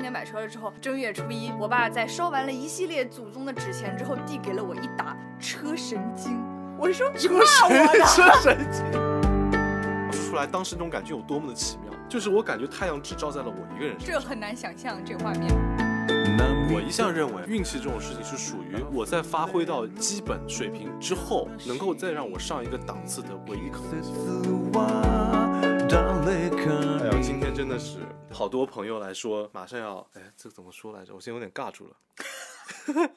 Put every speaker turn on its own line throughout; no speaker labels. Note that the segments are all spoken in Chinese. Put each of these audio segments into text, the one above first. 年买车了之后，正月初一，我爸在烧完了一系列祖宗的纸钱之后，递给了我一打车神经。我说
车
骂
神
我的，
车神经，出来当时那种感觉有多么的奇妙，就是我感觉太阳只照在了我一个人身上。
这很难想象这个画面。
我一向认为运气这种事情是属于我在发挥到基本水平之后，能够再让我上一个档次的唯一可能。哎呦，今天真的是好多朋友来说，马上要哎，这个怎么说来着？我现在有点尬住了。嗯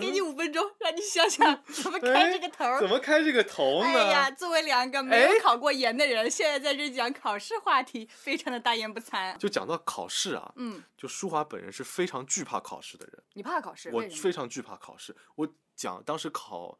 给你五分钟，让你想 想怎么开这个头儿。
哎怎么开这个头呢？
哎呀，作为两个没有考过研的人，现在在这讲考试话题，非常的大言不惭。
就讲到考试啊，
嗯，
就舒华本人是非常惧怕考试的人。
你怕考试？
我
为什么？
非常惧怕考试。我讲当时考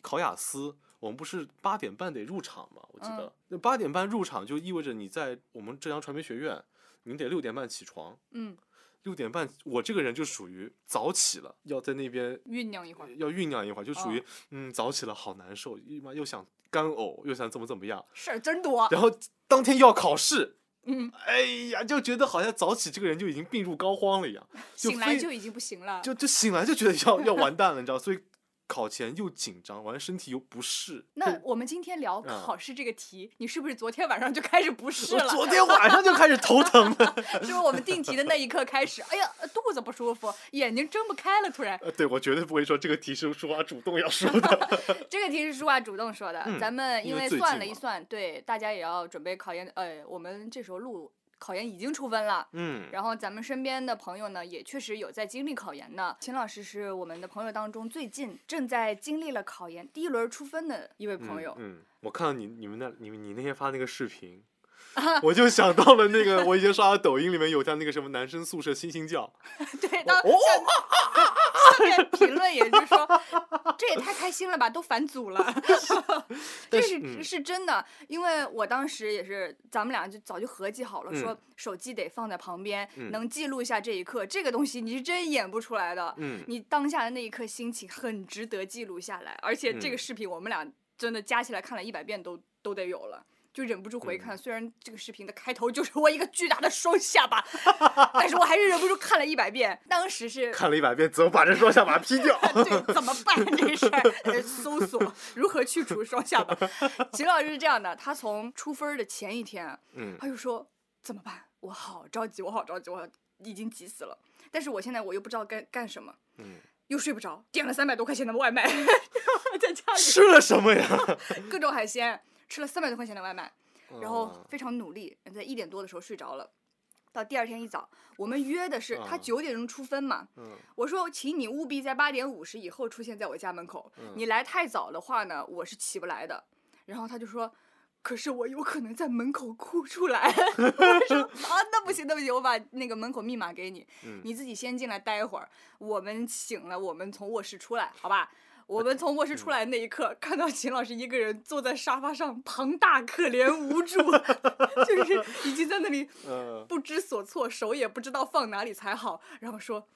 考雅思，我们不是八点半得入场嘛？我记
嗯
得那八点半入场就意味着你在我们浙江传媒学院，你得六点半起床。
嗯，
六点半，我这个人就属于早起了，要在那边
酝酿一会儿。
要酝酿一会儿，就属
哦
于、嗯早起了好难受，一妈又想干呕，又想怎么怎么样，
事儿真多。
然后当天又要考试。
啊嗯，
哎呀，就觉得好像早起这个人就已经病入膏肓了一样，就
醒来
非
就已经不行了。
就就醒来就觉得要要完蛋了，你知道，所以考前又紧张，完了身体又不适。
那我们今天聊
嗯
考试这个题，你是不是昨天晚上就开始不适
我
了？
昨天晚上就开始头疼了。
是不是我们定题的那一刻开始？哎呀，肚子不舒服，眼睛睁不开了，突然。
呃，对，我绝对不会说这个题是舒啊华主动要说的。
这个题是舒华主动说的，
呃嗯
咱们因
因为
为
最
算
近
了一
嘛
算，对大家也要准备考研。呃，我们这时候录考研已经出分了。
嗯，
然后咱们身边的朋友呢，也确实有在经历考研的。秦老师是我们的朋友当中最近正在经历了考研第一轮出分的一位 朋友。
嗯，嗯我看到你你们那你们你那天发那个视 频。我就想到了那个，我以前刷到抖音里面有像那个什么男生宿舍星 星叫，
对，当
哦
下面评论也是说，这也太开心了吧，都返组了。 这
但
是、
嗯
是真的，因为我当时也是，咱们俩就早就合计好了，
嗯
说手机得放在旁边，
嗯
能记录一下这一刻。这个东西你是真演不出来的，
嗯，
你当下的那一刻心情很值得记录下来。而且这个
嗯
视频我们俩真的加起来看了一百遍都都得有了。就忍不住回看，虽然这个视频的开头就是我一个巨大的双下巴，但是我还是忍不住看了一百遍。当时 是
看了一百遍，怎么把这双下巴 P 掉？嗯
对，怎么办这事儿？呃搜索如何去除双下巴。秦老师是这样的，他从出分儿的前一天，
嗯
他就说怎么办？我好着急，我好着急，我已经急死了。但是我现在我又不知道该干什么，
嗯，
又睡不着，点了三百多块钱的外卖， 在家里
吃了什么呀？
各种海鲜，吃了三百多块钱的外卖，然后
嗯
非常努力，在一点多的时候睡着了。到第二天一早，我们约的是他
嗯
九点钟出分嘛，
嗯
我说，请你务必在八点五十以后出现在我家门口。
嗯
你来太早的话呢，我是起不来的。然后他就说，可是我有可能在门口哭出来。 我说啊，那不行，那不行，我把那个门口密码给你，
嗯，
你自己先进来待一会儿。我们醒了，我们从卧室出来，好吧？我们从卧室出来那一刻，看到秦老师一个人坐在沙发上，庞大可怜无助， 就是已经在那里
呃，
不知所措，手也不知道放哪里才好，然后说。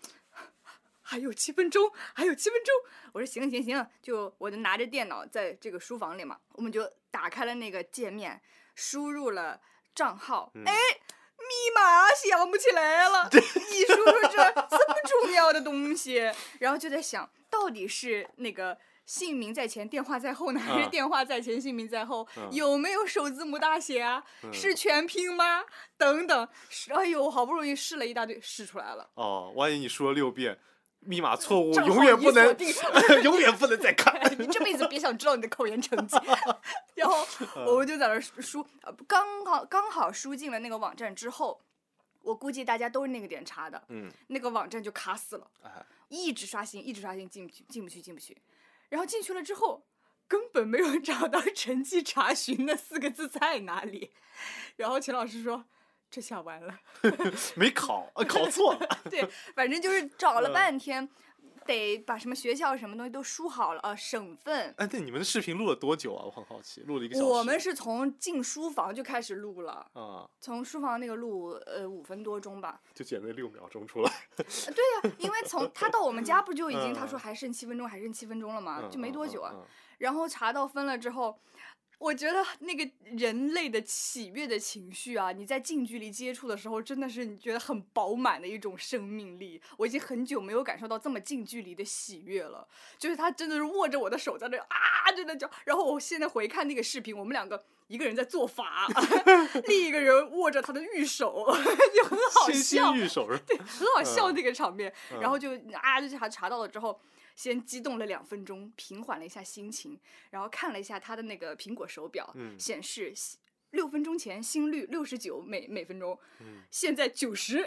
还有七分钟，还有七分钟。我说行了行了行了，就我就拿着电脑在这个书房里嘛，我们就打开了那个界面，输入了账号，
嗯
哎、密码想不起来了，你说说这这么重要的东西，然后就在想到底是那个。姓名在前，电话在后呢，还是
嗯
电话在前，姓名在后？
嗯
有没有首字母大写啊？
嗯
是全拼吗？等等，是哎呦，好不容易试了一大堆，试出来了，
哦，万一你说了六遍，密码错误，
正好
永远
一
不
锁
能
定，
永远不能再看。
你这辈子别想知道你的考研成绩。 然后
嗯
我们就在那儿输，呃刚好刚好输进了那个网站之后，我估计大家都是那个点查的，
嗯，
那个网站就卡死了，
哎，
一直刷新，一直刷新，进不去，进不去，进不去。然后进去了之后，根本没有找到成绩查询那四个字在哪里。 然后秦老师说：“这下完了。”
没考，啊考错了。
对，反正就是找了
嗯
半天，得把什么学校什么东西都输好了，呃，省份。
哎，那你们的视频录了多久啊？我很好奇，录了一个小时。
我们是从进书房就开始录了，
啊，
从书房那个录，呃，五分多钟吧。
就剪了六秒钟出来。
呃对呀、因为从他到我们家不就已经他说
嗯
还剩七分钟，还剩七分钟了嘛，
嗯
就没多久啊。。
嗯嗯嗯
然后查到分了之后，我觉得那个人类的喜悦的情绪啊，你在近距离接触的时候，真的是你觉得很饱满的一种生命力。我已经很久没有感受到这么近距离的喜悦了，就是他真的是握着我的手在那啊，真的就。然后我现在回看那个视频，我们两个一个人在做法， 另一个人握着他的玉手， 就很好
欣欣
笑。啊
欲手是 吧？
很好笑那个场面。
嗯
然后就啊，就查查到了之后，先激动了两分钟，平缓了一下心情，然后看了一下他的那个苹果手表，
嗯
显示心。六分钟前心率六十九每每分钟，
嗯
现在九十，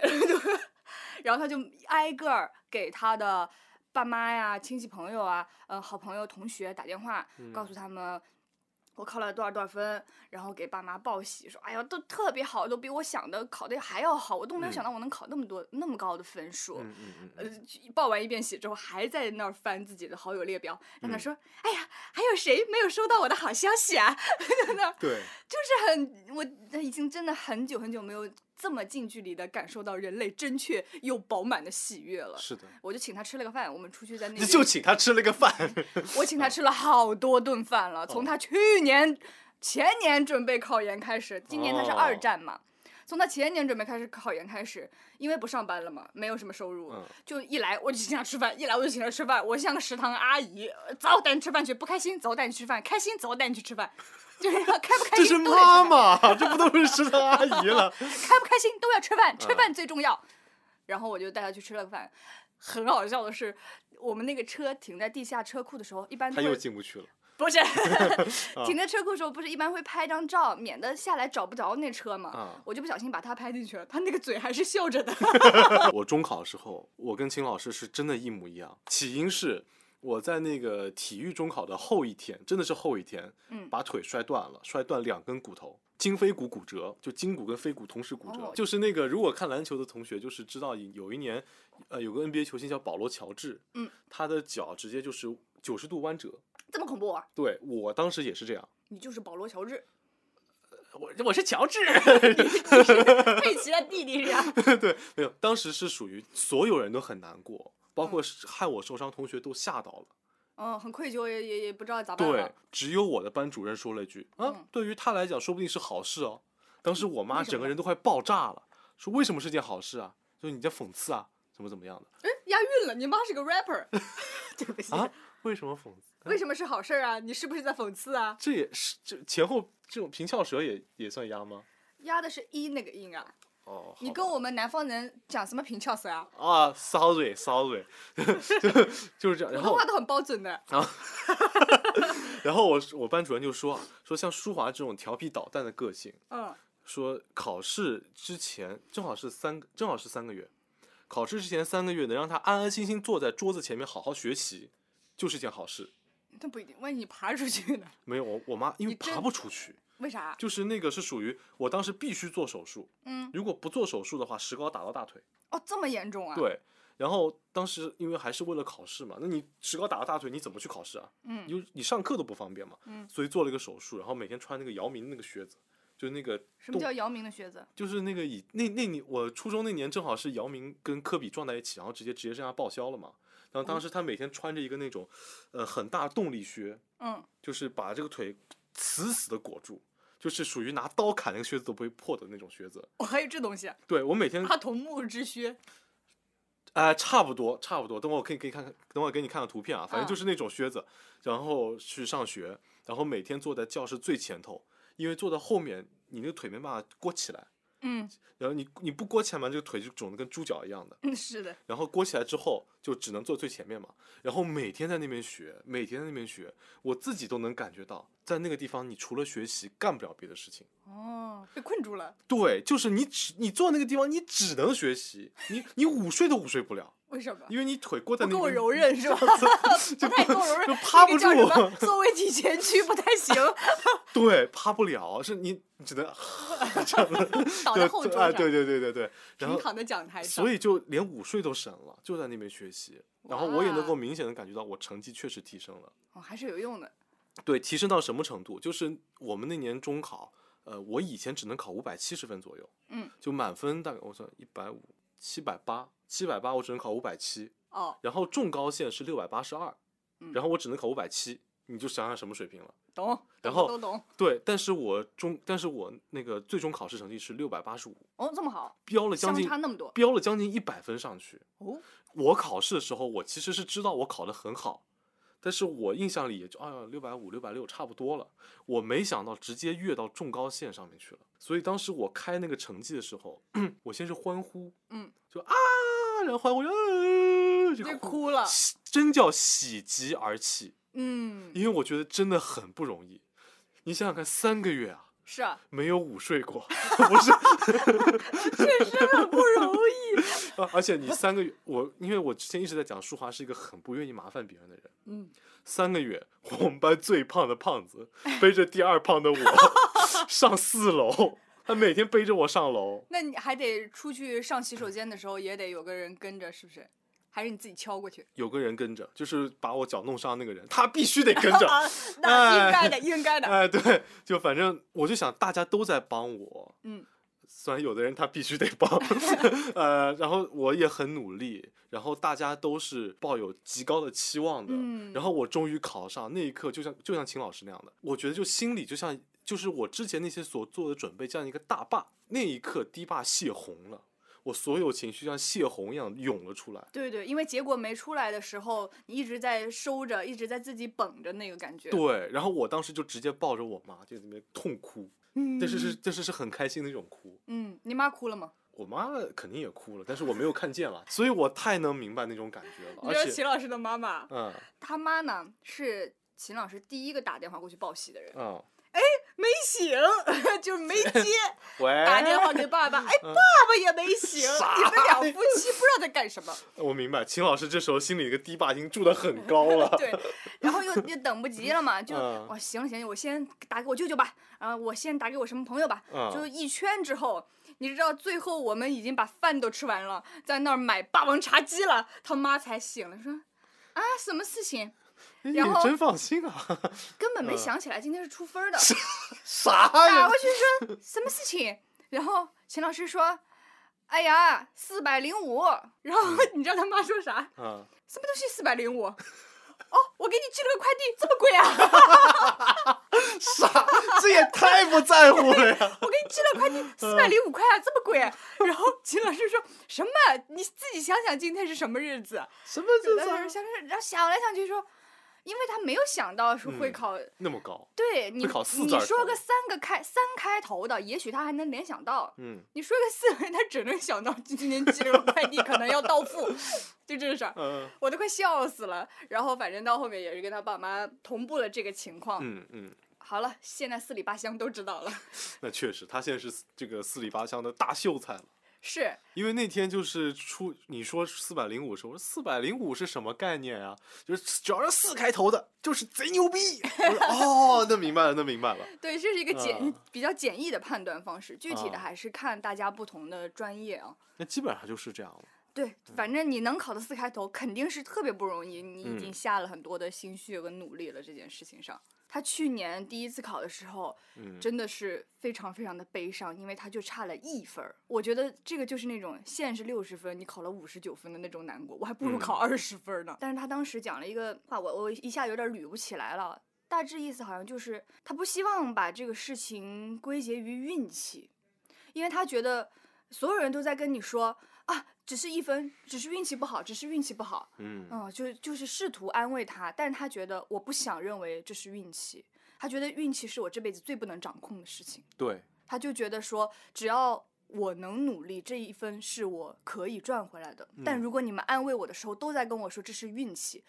然后他就挨个儿给他的爸妈呀、亲戚朋友啊、呃好朋友、同学打电话，告
嗯
诉他们我考了多少多少分，然后给爸妈报喜，说哎呀都特别好，都比我想的考的还要好，我都没有想
嗯
到我能考那么多、那么高的分数。
嗯嗯嗯嗯，
呃，报完一遍喜之后，还在那儿翻自己的好友列表，在那
嗯
说：“哎呀，还有谁没有收到我的好消息啊？” 在那儿
对，
就是很，我已经真的很久很久没有这么近距离的感受到人类真确又饱满的喜悦了。
是的，
我就请他吃了个饭，我们出去在那
你
边
就请他吃了个饭，
我请他吃了好多顿饭了，
哦
从他去年、前年准备考研开始，今年他是二
哦
战嘛，从他前年准备开始考研开始，因为不上班了嘛，没有什么收入，
嗯
就一来我就请他吃饭，一来我就请他吃饭，我像个食堂阿姨，呃走，我带你吃饭去，不开心走，我带你去吃饭，开心走，我带你去吃饭，就是要开不开
这
心
是
都得吃
妈
饭
妈，这不都是食堂阿 姨了？
开不开心都要吃饭，吃
嗯
饭最重要。然后我就带他去吃了个饭，很好笑的是，我们那个车停在地下车库的时候，一般
他
都
又
会
进嗯不去了。
不 是，停在车库的时候，不是一般会拍张照，免得下来找不着那车嘛。
啊
我就不小心把他拍进去了，他那个嘴还是笑 着的。
我中考的时候，我跟秦老师是真的一模一样。起因是我在那个体育中考的后一天，真的是后一天，
嗯
把腿摔断了，摔断两根骨头，胫腓骨骨折，就胫骨跟腓骨同时骨折。
哦
就是那个如果看篮球的同学，就是知道有一年，呃，有个 NBA 球星叫保罗乔治，
嗯，
他的脚直接就是九十度弯折。
这么恐怖、啊，
对我当时也是这样，
你就是保罗·乔 治，
我我是乔治，
佩奇的弟弟是吧？
对，没有，当时是属于所有人都很难过，包括是害我受伤同学都吓到了。
嗯，很愧疚，也也也不知道咋办
对
了。，
只有我的班主任说了一句啊，
嗯
对于他来讲说不定是好事哦。当时我妈
为什
整个
么
人都快爆炸了，说为什么是件好事啊？就是你在讽刺啊，怎么怎么样的
哎，押韵了，你妈是个 rapper，对不起。
啊？嗯为什么讽刺？
为什么是好事儿啊？你是不是在讽刺啊？
这也是这前后这种平翘舌也也算押吗？
押的是一那个音啊！
哦，
你
好
跟
吧
我们南方人讲什么平翘舌啊？
啊，sorry sorry，就就是这样。
普
然
通
后
话都很标准的。
然后我我班主任就说啊说像舒华这种调皮捣蛋的个性，
嗯，
说考试之前正好是三个，正好是三个月，考试之前三个月能让他安安心心坐在桌子前面好好学习，就是件好事。
那不一定，万一你爬出去呢？
没有我我妈因为
你真
爬不出去，
为啥？啊
就是那个是属于我当时必须做手术，
嗯，
如果不做手术的话，石膏打到大腿。
哦，这么严重啊？，
对，然后当时因为还是为了考试嘛，那你石膏打到大腿，你怎么去考试啊？
嗯
你就你上课都不方便嘛，
嗯
所以做了一个手术，然后每天穿那个姚明那个靴子，就是那个
什么
动
叫姚明的靴子？
就是那个以那那年我初中那年正好是姚明跟科比撞在一起，然后直接职业生涯报销了嘛。然后当时他每天穿着一个那种，呃，很大动力靴，
嗯，
就是把这个腿死死的裹住，就是属于拿刀砍那个靴子都不会破的那种靴子。
我还有这东西，
对我每天
阿童木之靴。
哎，差不多，差不多。等会儿我可以给你看看，等会儿给你看看图片啊。反正就
嗯
是那种靴子，然后去上学，然后每天坐在教室最前头，因为坐到后面，你那个腿没办法裹起来，
嗯
然后你你不裹起来嘛，这个腿就肿得跟猪脚一样的。
嗯，是的，
然后裹起来之后就只能坐最前面嘛，然后每天在那边学，每天在那边学，我自己都能感觉到，在那个地方你除了学习干不了别的事情。
哦，被困住了，
对，就是你只你坐那个地方，你只能学习，你你午睡都午睡不了，
为什么？
因为你腿裹在
不
那边
够柔韧是吧？不太够柔韧，
就趴
那个
不
叫什么
住
坐位体前屈不太行，
对，趴不了，是你你只能
倒在后桌
哎，
上，
对对对对对，
平
然后
躺在讲台上。
所以就连午睡都省了，就在那边学习，然后我也能够
哇
明显的感觉到我成绩确实提升了。
哦，还是有用的。
对，提升到什么程度？就是我们那年中考，呃，我以前只能考五百七十分左右，
嗯，
就满分大概我算一百五、七百八、七百八，我只能考五百七，
哦，
然后中高线是六百八十二，
嗯
然后我只能考五百七，你就想想什么水平了。
懂，懂
然后
都懂。
对，但是我中，但是我那个最终考试成绩是六百八十五，
哦，这么好，
标了将
相
近
差那么多。
标了将近一百分上去。
哦，
我考试的时候，我其实是知道我考得很好，但是我印象里也就哎呀六百五、六百六差不多了。我没想到直接跃到中高线上面去了，所以当时我开那个成绩的时候， 我先是欢呼，
嗯，
就啊，然后欢呼就、啊、就
就
哭，
哭了。
喜真叫喜极而泣，
嗯，
因为我觉得真的很不容易。你想想看，三个月啊，
是啊，
没有午睡过， 不是
确实很不容易。
啊，而且你三个月，我因为我之前一直在讲，舒华是一个很不愿意麻烦别人的人。
嗯，
三个月，我们班最胖的胖子背着第二胖的我 上四楼，他每天背着我上楼。
那你还得出去上洗手间的时候，也得有个人跟着，是不是？还是你自己敲过去？
有个人跟着，就是把我脚弄伤那个人，他必 须得跟着。
啊，那应该的，
哎
应该的。
哎，对，就反正我就想大家都在帮我，
嗯，
虽然有的人他必须得帮， 呃，然后我也很努力，然后大家都是抱有极高的期望的，
嗯
然后我终于考上，那一刻就像就像秦老师那样的，我觉得就心里就像就是我之前那些所做的准备这样一个大坝，那一刻堤坝泄洪了，我所有情绪像泄洪一样涌了出来，
对对，因为结果没出来的时候，你一直在收着，一直在自己绷着那个感觉。
对，然后我当时就直接抱着我妈就在那边痛哭，
嗯，
但是是但是是很开心的一种哭，
嗯，你妈哭了吗？
我妈肯定也哭了，但是我没有看见了，所以我太能明白那种感觉了。
你知道
而且，
秦老师的妈妈，
嗯
他妈呢是秦老师第一个打电话过去报喜的人，
嗯，
没 醒，就是没接，
喂，
打电话给爸爸，哎，爸
嗯
爸也没醒，
傻
你们两夫妻不知道在干什么，
我明白，秦老师这时候心里那个堤坝已经筑得很高了。
对，然后又又等不及了嘛，就
嗯
我行了行了，我先打给我舅舅吧，啊，我先打给我什么朋友吧，
嗯
就一圈之后。你知道最后我们已经把饭都吃完了，在那儿买霸王茶姬了，他妈才醒了，说啊什么事情，
哎，
然
你
后
真放 心啊，
根本没
嗯
想起来今天是出分儿的，
啥
打
呀
过？去说什么事情？然后秦老师说：“哎呀，四百零五。”然后
嗯
你知道他妈说啥？
啊，
什么东西四百零五？哦，我给你寄了个快递，这么贵啊！
啥？ 这也太不在乎了呀！
我给你寄了快递，四百零五块啊，这么贵。然后秦老师说什么？你自己想想今天是什么日子？
什么
有
这
的人
啥？
想想，然后想来想去说，因为他没有想到是会
嗯
考。
那么高，
对你，
会考四字
你
儿
说
头
个三个开三开头的，也许他还能联想到。
嗯
你说个四 维，他只能想到今天寄了个快递，可能要到付， 就这事儿，
嗯
我都快笑死了。然后反正到后面也是跟他爸妈同步了这个情况。
嗯嗯，
好了，现在四里八乡都知道了，
那确实，他现在是这个四里八乡的大秀才了。
是
因为那天就是出你说四百零五时候，我说四百零五是什么概念啊？就是只要是四开头的，就是贼牛逼。 我说哦，那明白了，那明白了。
对，这是一个简、
啊
比较简易的判断方式，具体的
啊
还是看大家不同的专业啊。
那基本上就是这样了。
对，反正你能考到四开头，肯定是特别不容易，你已经
嗯
下了很多的心血和努力了这件事情上。他去年第一次考的时候，
嗯，
真的是非常非常的悲伤，因为他就差了一分儿。我觉得这个就是那种线是六十分，你考了五十九分的那种难过，我还不如考二十分儿呢。但是他当时讲了一个话，我我一下有点捋不起来了，大致意思好像就是他不希望把这个事情归结于运气，因为他觉得所有人都在跟你说啊，只是一分，只是运气不好，只是运气不好。
嗯
嗯，就就是试图安慰他，但是他觉得我不想认为这是运气，他觉得运气是我这辈子最不能掌控的事情，
对，
他就觉得说只要我能努力，这一分是我可以赚回来的。但
嗯
如果你们安慰我的时候都在跟我说这是运气，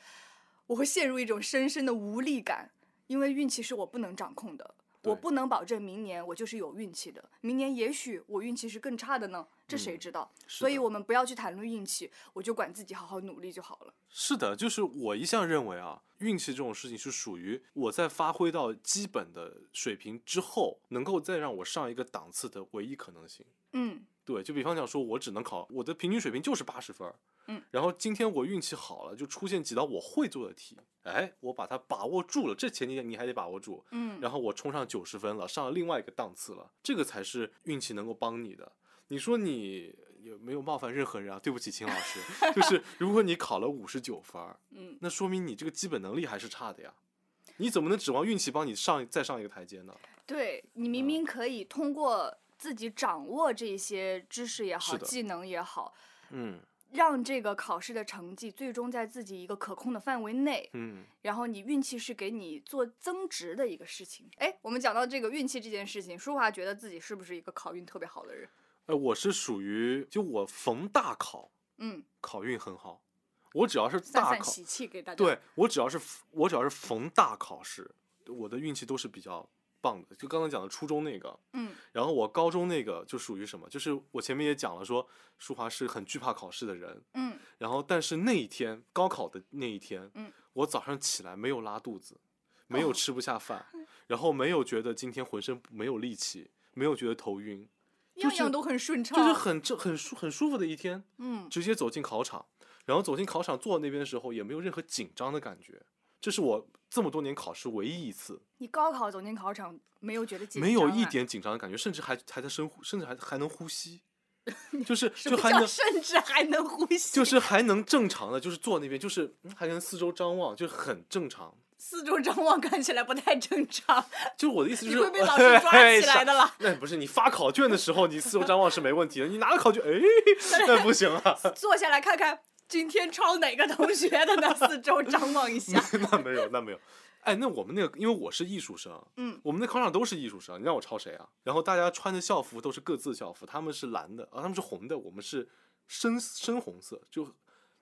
我会陷入一种深深的无力感，因为运气是我不能掌控的。我
对
不能保证明年我就是有运气的，明年也许我运气是更差的呢，这谁
嗯
知道？
是
所以
的
我们不要去谈论运气，我就管自己好好努力就好了。
是的，就是我一向认为啊，运气这种事情是属于我在发挥到基本的水平之后，能够再让我上一个档次的唯一可能性。
嗯，
对，就比方讲说，我只能考我的平均水平就是八十分儿，
嗯，
然后今天我运气好了，就出现几道我会做的题，哎，我把它把握住了，这前提下你还得把握住，
嗯，
然后我冲上九十分了，上了另外一个档次了，这个才是运气能够帮你的。你说你也没有冒犯任何人啊，对不起，秦老 师，就是如果你考了五十九分儿，
嗯，
那说明你这个基本能力还是差的呀，你怎么能指望运气帮你上再上一个台阶呢？
对你
嗯
明明可以通过自己掌握这些知识也好，
是的
技能也好，
嗯
让这个考试的成绩最终在自己一个可控的范围内，
嗯，
然后你运气是给你做增值的一个事情。哎，我们讲到这个运气这件事情，舒华觉得自己是不是一个考运特别好的人？
哎，我是属于就我逢大考
嗯，
考运很好，我只要是
散
大
散
考，
喜气给大家。
对我只要是我只要是逢大考试，我的运气都是比较棒的。就刚才讲的初中那个，
嗯，
然后我高中那个就属于什么？就是我前面也讲了说，舒华是很惧怕考试的人。
嗯
然后，但是那一天高考的那一天，
嗯
我早上起来没有拉肚子，没有
哦
吃不 下饭，然后没有觉得今天浑身没有力气，没有觉得头晕，就
样
是
样都很顺畅，
就是很正很舒很舒服的一天。
嗯
直接走进考场，然后走进考场坐在那边的时候也没有任何紧张的感觉，这是我这么多年考试唯一一次
你高考走进考场没有觉得紧张、啊？
没有一，点紧张的感觉，甚至还还在深呼，甚至还还能 呼吸，就是
什
就
么
还
叫
能
甚至还能呼吸？
就是还能正常的，就是坐那边，就是嗯还能四周张望，就是很正常。
四周张望看起来不太正常，
就是我的意思就
呃你会
是，哎
被老师抓起来的啦。
那不是你发考卷的时候，你四周张望是没问题的，你拿了考卷，哎， 那不行啊，
坐下来看看今天抄哪个同学的呢？四 周张望一下。
那没有，那没有。哎，那我们那个，因为我是艺术生，
嗯，
我们那考场都是艺术生，你让我抄谁啊？然后大家穿的校服都是各自校服，他们是蓝的，啊，他们是红的，我们是深深红色，就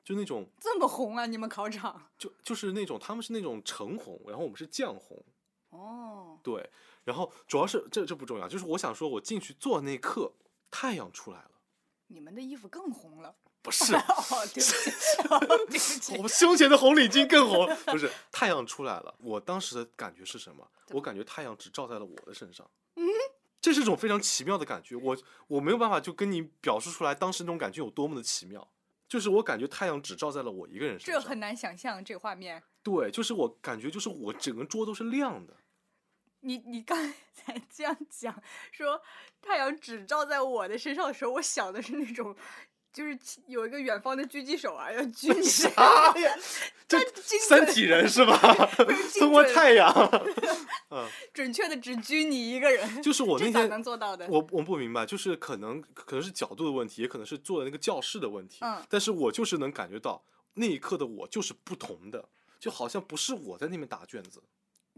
就那种
这么红啊，你们考场？
就就是那种他们是那种橙红，然后我们是酱红，
哦，
对。然后主要是这这不重要，就是我想说，我进去坐那一刻，太阳出来了，
你们的衣服更红了。，
不 是
哦，对不起， 哦对不起。
我胸前的红领巾更红了，不是太阳出来了。我当时的感觉是什么？我感觉太阳只照在了我的身上。嗯，这是一种非常奇妙的感觉。我我没有办法就跟你表述出来当时那种感觉有多么的奇妙。就是我感觉太阳只照在了我一个人身
这
上。
很难想象这画面。
对，就是我感觉就是我整个桌都是亮的。
你你刚才 这样讲说太阳只照在我的身上的时候，我想的是那种，就是有一个远方的狙击手啊，要狙你 身上。
啊呀，这
精
三
准
体人是吧？
精
通过
准
太阳，
准确的只拘你一个人，
就是我那
这咋
天
能做到的？
我我不明白，就是可能可能是角度的问题，也可能是坐的那个教室的问题。
嗯
但是我就是能感觉到那一刻的我就是不同的，就好像不是我在那边打卷子，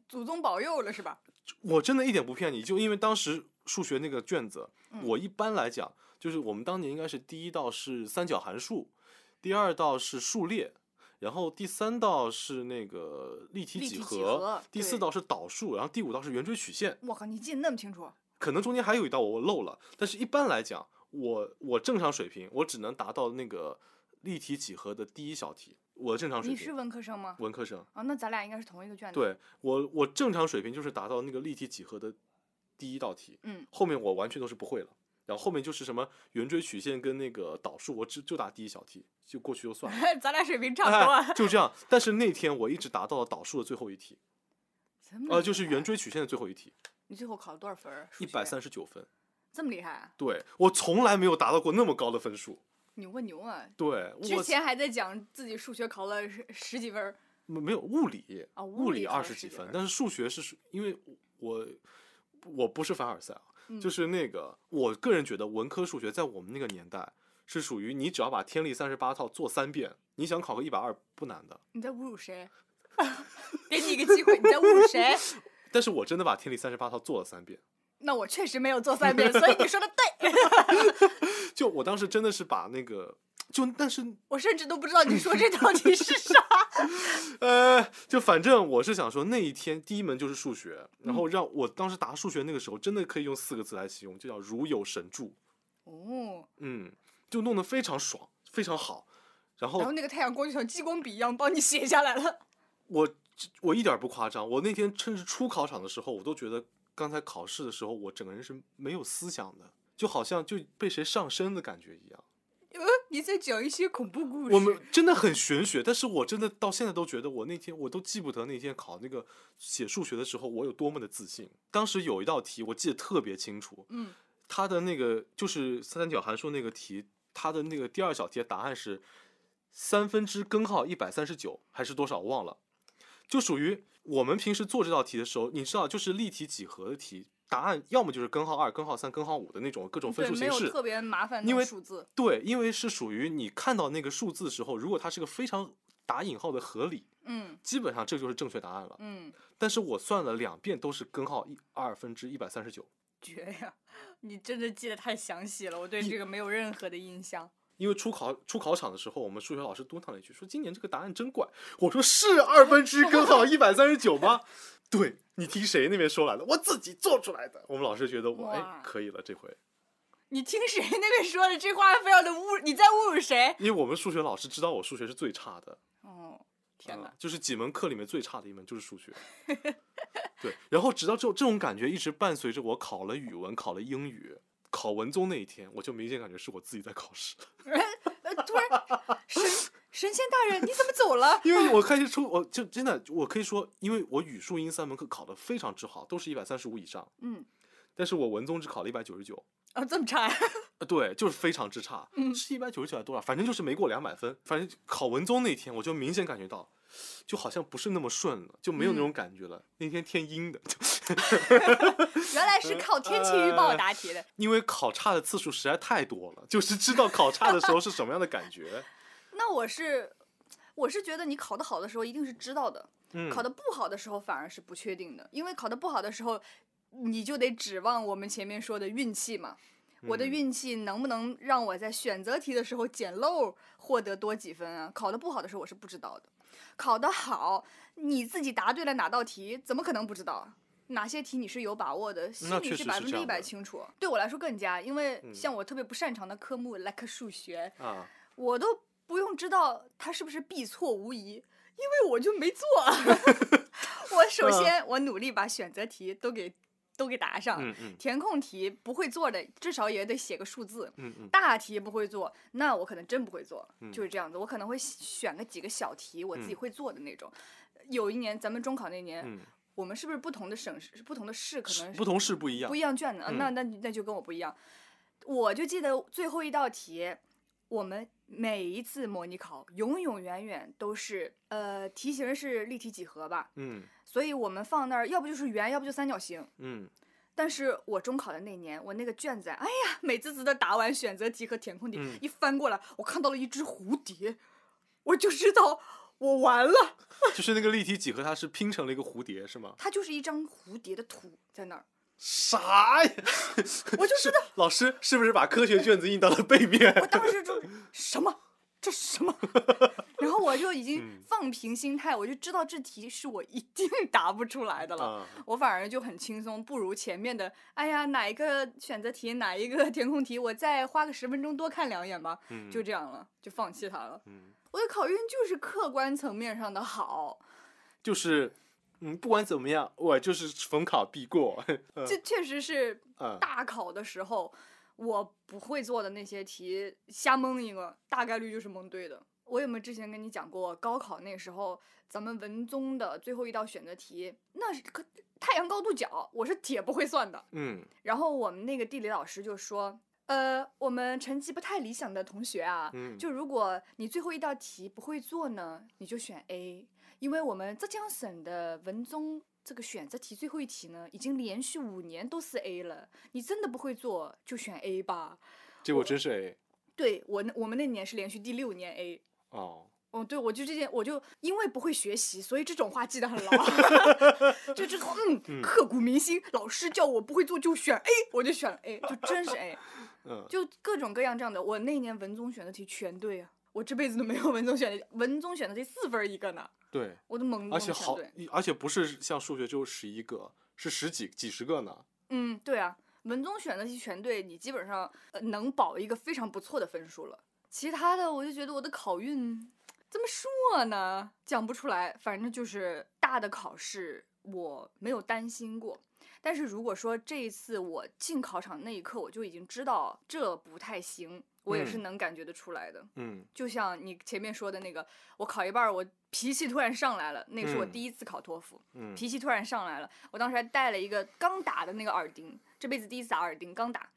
祖宗保佑了是吧？
我真的一点不骗你，就因为当时数学那个卷子，
嗯
我一般来讲就是我们当年应该是第一道是三角函数，第二道是数列。然后第三道是那个立体
立
几
体几
何，
何
第四
对
道是导数，然后第五道是圆锥曲线。
我靠，你记得那么清楚？啊
可能中间还有一道我漏了，但是一般来讲，我我正常水平，我只能达到那个立体几何的第一小题，我正常水
你是
平。
文科生吗？
文科生，
啊，那咱俩应该是同一个卷子。，
对我我正常水平就是达到那个立体几何的第一道题，
嗯，，
后面我完全都是不会了。然后后面就是什么圆锥曲线跟那个导数，我只就答第一小题就过去就算 了
咱俩水平差不多啊
哎。就这样。但是那天我一直达到了导数的最后一题，
这么
呃，
厉
就是圆
害。
锥曲线的最后一题，
你最后考了多少分儿？啊数
一百
学，
三十九分。
这么厉害啊？
对我从来没有达到过那么高的分数。
牛啊牛啊！
对，
之
我
前还在讲自己数学考了十十几分儿，
没没有物理
啊物
物
理
理
考
二
了
十
十
几
几
分
分，
但是数学是属因为我我不是凡尔赛啊，
嗯
就是那个我个人觉得文科数学在我们那个年代是属于你只要把天历三十八套做三遍，你想考个一百二不难的。
你在侮辱谁？ 给你一个机会，你在侮辱谁？
但是我真的把天历三十八套做了三遍，
那我确实没有做三遍，所以你说的对，
就我当时真的是把那个就但是
我甚至都不知道你说这道题是 啥。
呃，就反正我是想说，那一天第一门就是数学，
嗯
然后让我当时答数学那个时候，真的可以用四个字来形容，就叫如有神助。
哦，
嗯，就弄得非常爽，非常好。然
然后
后
那个太阳光就像激光笔一样帮你写下来了。
我我一点儿不夸张，我那天甚至出考场的时候，我都觉得刚才考试的时候，我整个人是没有思想的，就好像就被谁上身的感觉一样。
呃，你在讲一些恐怖故事。
我们真的很玄学，但是我真的到现在都觉得，我那天我都记不得那天考那个写数学的时候，我有多么的自信。当时有一道题，我记得特别清楚，
嗯，
它的那个就是三角函数那个题，它的那个第二小题的答案是三分之根号一百三十九还是多少我忘了，就属于我们平时做这道题的时候，你知道，就是立体几何的题，答案要么就是根号二、根号三、根号五的那种各种分
对，
数
没
形
有
式。
特别麻烦
因
的
为
数字。
对，因为是属于你看到那个数字的时候，如果它是个非常打引号的合理，
嗯
基本上这就是正确答案了。
嗯，
但是我算了两遍都是根号一二分之一百三十九，
绝呀、你真的记得太详细了，我对
一
这个没有任何的印象。
因为出考出考场的时候，我们数学老师嘟囔了一句，说今年这个答案真怪。我说是二分之一根号一百三十九吗？ 对你听谁那边说来的？我自己做出来的。我们老师觉得我哎
哇
可以了这回，
你听谁那边说的这话，非要的侮辱，你在侮辱谁？
因为我们数学老师知道我数学是最差的，
哦，天
嗯
哪！
就是几门课里面最差的一门就是数学。 对，然后直到这种这种感觉一直伴随着我考了语文，考了英语，考文综那一天，我就明显感觉是我自己在考试。嗯
呃，突然，神神仙大人，你怎么走了？
因为我开始出，我就真的，我可以说，因为我语数英三门课考得非常之好，都是一百三十五以上，
嗯，
但是我文综只考了一百九十九，
啊，这么差呀、
呃对，就是非常之差，
嗯
是一百九十九还是多少，反正就是没过两百分。反正考文综那天，我就明显感觉到，就好像不是那么顺了，就没
嗯
有那种感觉了。那天天阴的，
原来
嗯
是靠天气预报答题的。
因为考差的次数实在太多了，就是知道考差的时候是什么样的 感觉。
那我是，我是觉得你考得好的时候一定是知道的，
嗯，
考得不好的时候反而是不确定的，因为考得不好的时候，你就得指望我们前面说的运气嘛。我的
嗯
运气能不能让我在选择题的时候捡漏，获得多几分啊？考得不好的时候我是不知道的，考得好，你自己答对了哪道题，怎么可能不知道啊？哪些题你是有把握的，心
那确
里
实
百分
是
之
这
一
样的
百清楚。对我来说更加，因为
嗯
像我特别不擅长的科目，like 数学，
啊，
我都不用知道它是不是必错无疑，因为我就 没做。我首
嗯
先我努力把选择题都给都给答上，
嗯嗯
填空题不会做的至少也得写个数字。
嗯嗯
大题不会做，那我可能真不会做，
嗯
就是这样子。我可能会选个几个小题，我自己会做的那种。有一年咱们中考那年，
嗯，
我们是不是不同的省市、不同的市，可能
不同事不一样
不一。样卷子，啊
嗯
那那那就跟我不一样。我就记得最后一道题，我们每一次模拟考，永永远远都是呃题型是立体几何吧，
嗯
所以我们放那儿要不就是圆，要不就三角形。
嗯，
但是我中考的那年，我那个卷子啊，哎呀，美滋滋的答完选择题和填空题，
嗯
一翻过来，我看到了一只蝴蝶，我就知道我完了。
就是那个立体几何，它是拼成了一个蝴蝶，是吗？
它就是一张蝴蝶的图在那儿，
啥呀？
我就知道
老师 是不是把科学卷子印到了背
我
面？
当时就是什么？这是什么？ 然后我就已经
嗯
放平心态，我就知道这题是我一定 答不出来的了。
啊，
我反而就很轻松，不如前面的。哎呀，哪一个选择题，哪一个 填空题，我再花个十分钟多看两眼吧。
嗯
就这样了，就放弃它了。
嗯，
我的考运就是客观层面上的好，
就是，嗯，不管怎么样，我就是逢考必过。 嗯
这确实是
啊，
大考的时候，我不会做的那些题，瞎蒙一个，大概率就是蒙对的。我有没有之前跟你讲过，高考那时候咱们文综的最后一道选择题，那是可太阳高度角，我是铁不会算的。
嗯
然后我们那个地理老师就说，呃，我们成绩不太理想的同学啊，
嗯，
就如果你最后一道题不会做呢，你就选 A，因为我们浙江省的文综这个选择题最后一题呢，已经连续五年都是 A 了。你真的不会做，就选 A 吧。
结果真是 A
对我那我们那年是连续第六年 A。
哦，
哦，对，我就这件，我就因为不会学习，所以这种话记得很牢， 就这种嗯
嗯
刻骨铭心。老师叫我不会做就选 A，我就选了 A，就真是 A。
嗯，
就各种各样这样的。我那年文综选择题全对啊，我这辈子都没有 文综选择文综选择题四分儿一个呢，
对，
我都懵懵
而且
的全
好
嗯对。，
而且不是像数学只有十一个，是十几几十个呢。
嗯，对啊，文综选择题全对，你基本上呃能保一个非常不错的分数了。其他的我就觉得我的考运怎么说呢，讲不出来。反正就是大的考试我没有担心过，但是如果说这一次我进考场那一刻我就已经知道这不太行，我也是
嗯
能感觉得出来的。
嗯
就像你前面说的那个，我考一半儿，我脾气突然上来了，那个是我
嗯
第一次考托福，
嗯
脾气突然上来了。我当时还带了一个刚打的那个耳钉，这辈子第一次打耳钉，刚打，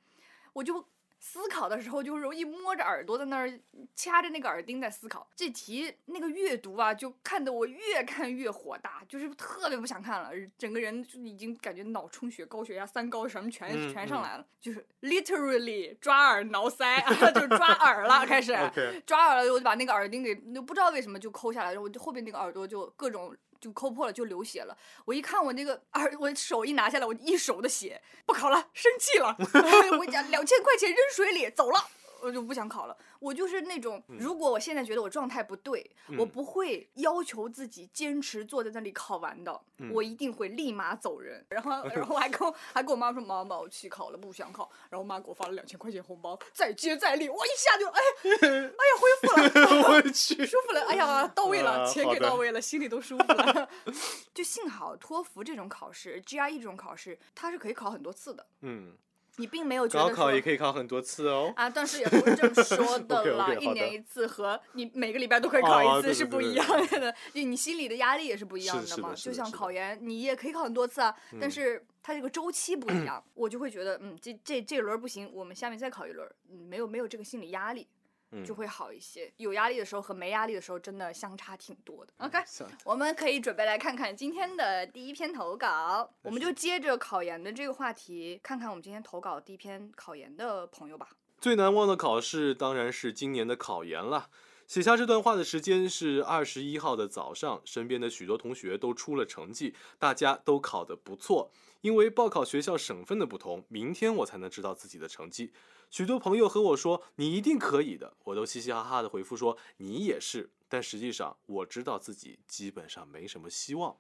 我就思考的时候就容易摸着耳朵在那儿掐着那个耳钉在思考。这题那个阅读啊，就看得我越看越火大，就是特别不想看了，整个人就已经感觉脑充血、高血压、三高什么全、
嗯
全上
嗯
来了，就是 literally 抓耳挠腮， 啊、就是抓耳了，开始。
OK，
抓耳了，我就把那个耳钉给，就不知道为什么就抠下来，然后我就后边那个耳朵就各种就抠破了，就流血了。我一看我那个耳，我手一拿下来，我一手的血，不考了，生气了， 我讲两千块钱扔水里，走了。我呃就不想考了。我就是那种，如果我现在觉得我状态不对，我
嗯
不会要求自己坚持坐在那里考完的，
嗯
我一定会立马走人。 然后，然后我还跟我还跟我妈说：“妈妈，我弃考了，不想考。”然后我妈给我发了两千块钱红包，再接再厉。我一下 就哎哎呀，恢复了，
我去，
舒服了，哎呀，到位了，
啊
钱
好
给
的
到位了，心里都舒服了。 就幸好托福这种考试，GRE 这种考试，它是可以考很多次的，
嗯，
你并没有觉
高
得
考
说
也可以考很多次哦。
啊，但是也不是这么说的
OK，OK，
啦
好
一
的
年一次和你每个礼拜都可以考
哦
一次
对
是
对
不
对
一
对
样的，就你心里的压力也是不一
是
样
的是
嘛。
的是
就
的
像
是的
考研，你也可以考很多次啊，但
嗯
是它这个周期不一样， 我就会觉得，嗯，这这这轮儿不行，我们下面再考一轮儿，嗯，没有没有这个心理压力。
嗯
就会好一些。有压力的时候和没压力的时候真的相差挺多的。OK，
下
我们可以准备来看看今天的第一篇投稿，我们就接着考研的这个话题，看看我们今天投稿第一篇考研的朋友吧。
最难忘的考试当然是今年的考研了。写下这段话的时间是二十一号的早上，身边的许多同学都出了成绩，大家都考得不错。因为报考学校省份的不同，明天我才能知道自己的成绩。许多朋友和我说：“你一定可以的。”我都嘻嘻哈哈的回复说：“你也是。”但实际上，我知道自己基本上没什么希望。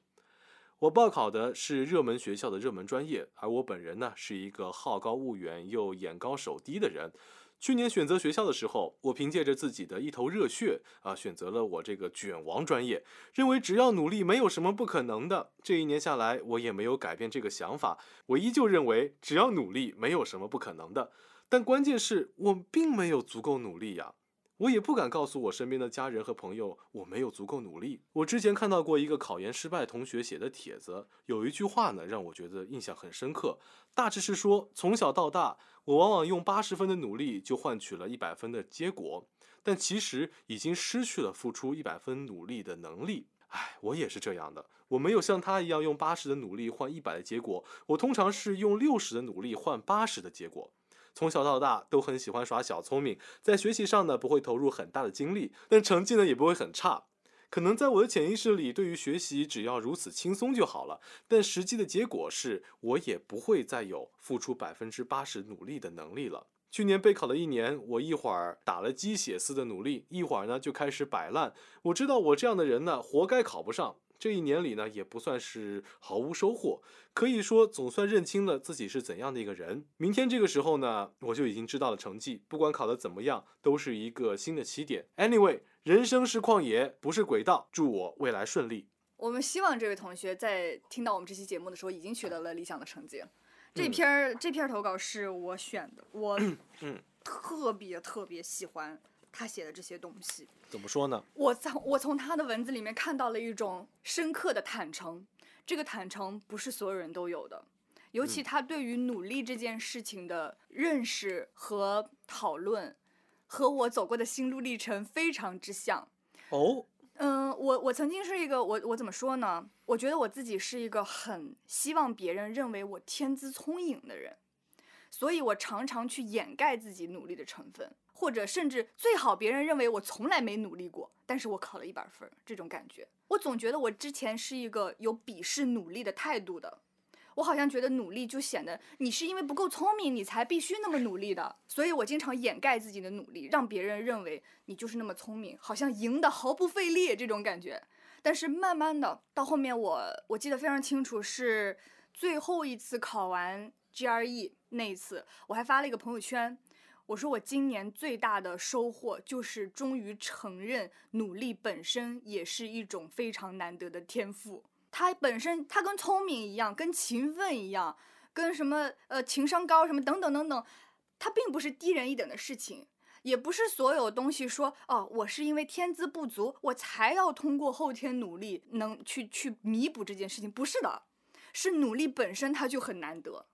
我报考的是热门学校的热门专业，而我本人呢，是一个好高骛远又眼高手低的人。去年选择学校的时候，我凭借着自己的一头热血啊，选择了我这个卷王专业，认为只要努力，没有什么不可能的。这一年下来，我也没有改变这个想法，我依旧认为只要努力，没有什么不可能的。但关键是我并没有足够努力呀、我也不敢告诉我身边的家人和朋友，我没有足够努力。我之前看到过一个考研失败同学写的帖子，有一句话呢，让我觉得印象很深刻，大致是说，从小到大，我往往用八十分的努力就换取了一百分的结果，但其实已经失去了付出一百分努力的能力。唉，我也是这样的，我没有像他一样用八十的努力换一百的结果，我通常是用六十的努力换八十的结果。从小到大都很喜欢耍小聪明，在学习上呢不会投入很大的精力，但成绩呢也不会很差。可能在我的潜意识里，对于学习只要如此轻松就好了，但实际的结果是我也不会再有付出百分之八十努力的能力了。去年备考的一年，我一会儿打了鸡血似的努力，一会儿呢就开始摆烂。我知道我这样的人呢，活该考不上。这一年里呢，也不算是毫无收获，可以说总算认清了自己是怎样的一个人。明天这个时候呢，我就已经知道了成绩，不管考得怎么样，都是一个新的起点。Anyway，人生是旷野，不是轨道。祝我未来顺利。
我们希望这位同学在听到我们这期节目的时候，已经取得了理想的成绩。这
嗯
篇儿、这篇儿投稿是我选的，我
嗯
特别特别喜欢他写的这些东西。
怎么说呢？
我从我从他的文字里面看到了一种深刻的坦诚，这个坦诚不是所有人都有的，尤
嗯
其他对于努力这件事情的认识和讨论，和我走过的心路历程非常之像。
哦，
嗯，我我曾经是一个我我怎么说呢？我觉得我自己是一个很希望别人认为我天资聪颖的人，所以我常常去掩盖自己努力的成分，或者甚至最好别人认为我从来没努力过，但是我考了一百分儿这种感觉。我总觉得我之前是一个有鄙视努力的态度的，我好像觉得努力就显得你是因为不够聪明，你才必须那么努力的。所以我经常掩盖自己的努力，让别人认为你就是那么聪明，好像赢得毫不费力这种感觉。但是慢慢的到后面我，我记得非常清楚，是最后一次考完 GRE 那一次，我还发了一个朋友圈。我说我今年最大的收获就是终于承认努力本身也是一种非常难得的天赋。它本身它跟聪明一样，跟勤奋一样，跟什么呃情商高什么等等等等，它并不是低人一等的事情，也不是所有东西说哦，我是因为天资不足，我才要通过后天努力能去去弥补这件事情，不是的，是努力本身它就很难得。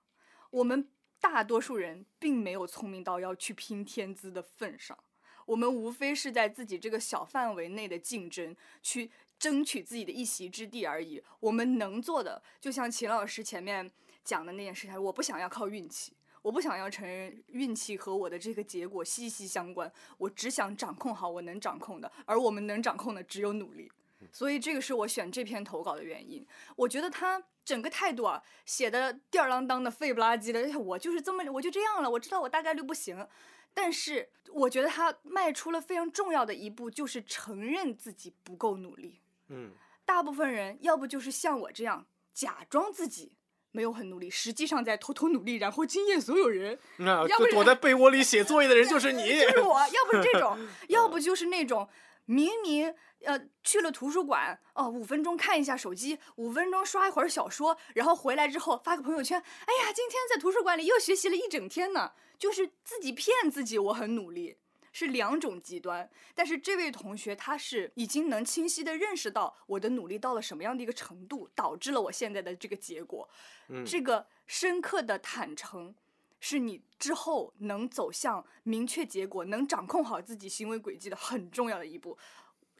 我们大多数人并没有聪明到要去拼天资的份上，我们无非是在自己这个小范围内的竞争，去争取自己的一席之地而已。我们能做的，就像秦老师前面讲的那件事情，我不想要靠运气，我不想要承认运气和我的这个结果息息相关，我只想掌控好我能掌控的，而我们能掌控的只有努力。所以这个是我选这篇投稿的原因。我觉得他整个态度啊，写的吊儿郎当的、废不拉几的，哎我就是这么，我就这样了，我知道我大概率不行。但是我觉得他迈出了非常重要的一步，就是承认自己不够努力。
嗯，
大部分人要不就是像我这样，假装自己没有很努力，实际上在偷偷努力，然后惊艳所有人。
那
要不
躲
然
在被窝里写作业的人就是你。
就是我，要不是这 种，要不就是那种明明呃去了图书馆哦，五分钟看一下手机，五分钟刷一会儿小说，然后回来之后发个朋友圈，哎呀，今天在图书馆里又学习了一整天呢，就是自己骗自己，我很努力。是两种极端，但是这位同学他是已经能清晰的认识到我的努力到了什么样的一个程度，导致了我现在的这个结果。
嗯，
这个深刻的坦诚，是你之后能走向明确结果、能掌控好自己行为轨迹的很重要的一步。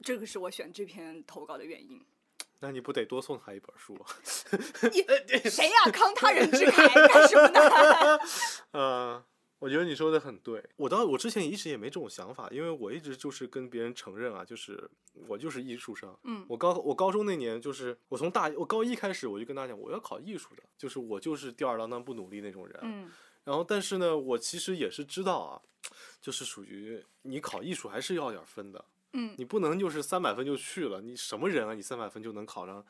这个是我选这篇投稿的原 因。
那你不得多送他一本书啊？
谁呀、慷他人之慨干什么 呢？
啊呃，我觉得你说的很对。我倒我之前一直也没这种想法，因为我一直就是跟别人承认啊，就是我就是艺术生。
嗯
我高我高中那年就是我从大我高一开始我就跟大家讲我要考艺术的，就是我就是吊儿郎当不努力那种人。
嗯
然后但是呢，我其实也是知道啊，就是属于你考艺术还是要点儿分的，
嗯，
你不能就是三百分就去了，你什么人啊？你三百分就能考上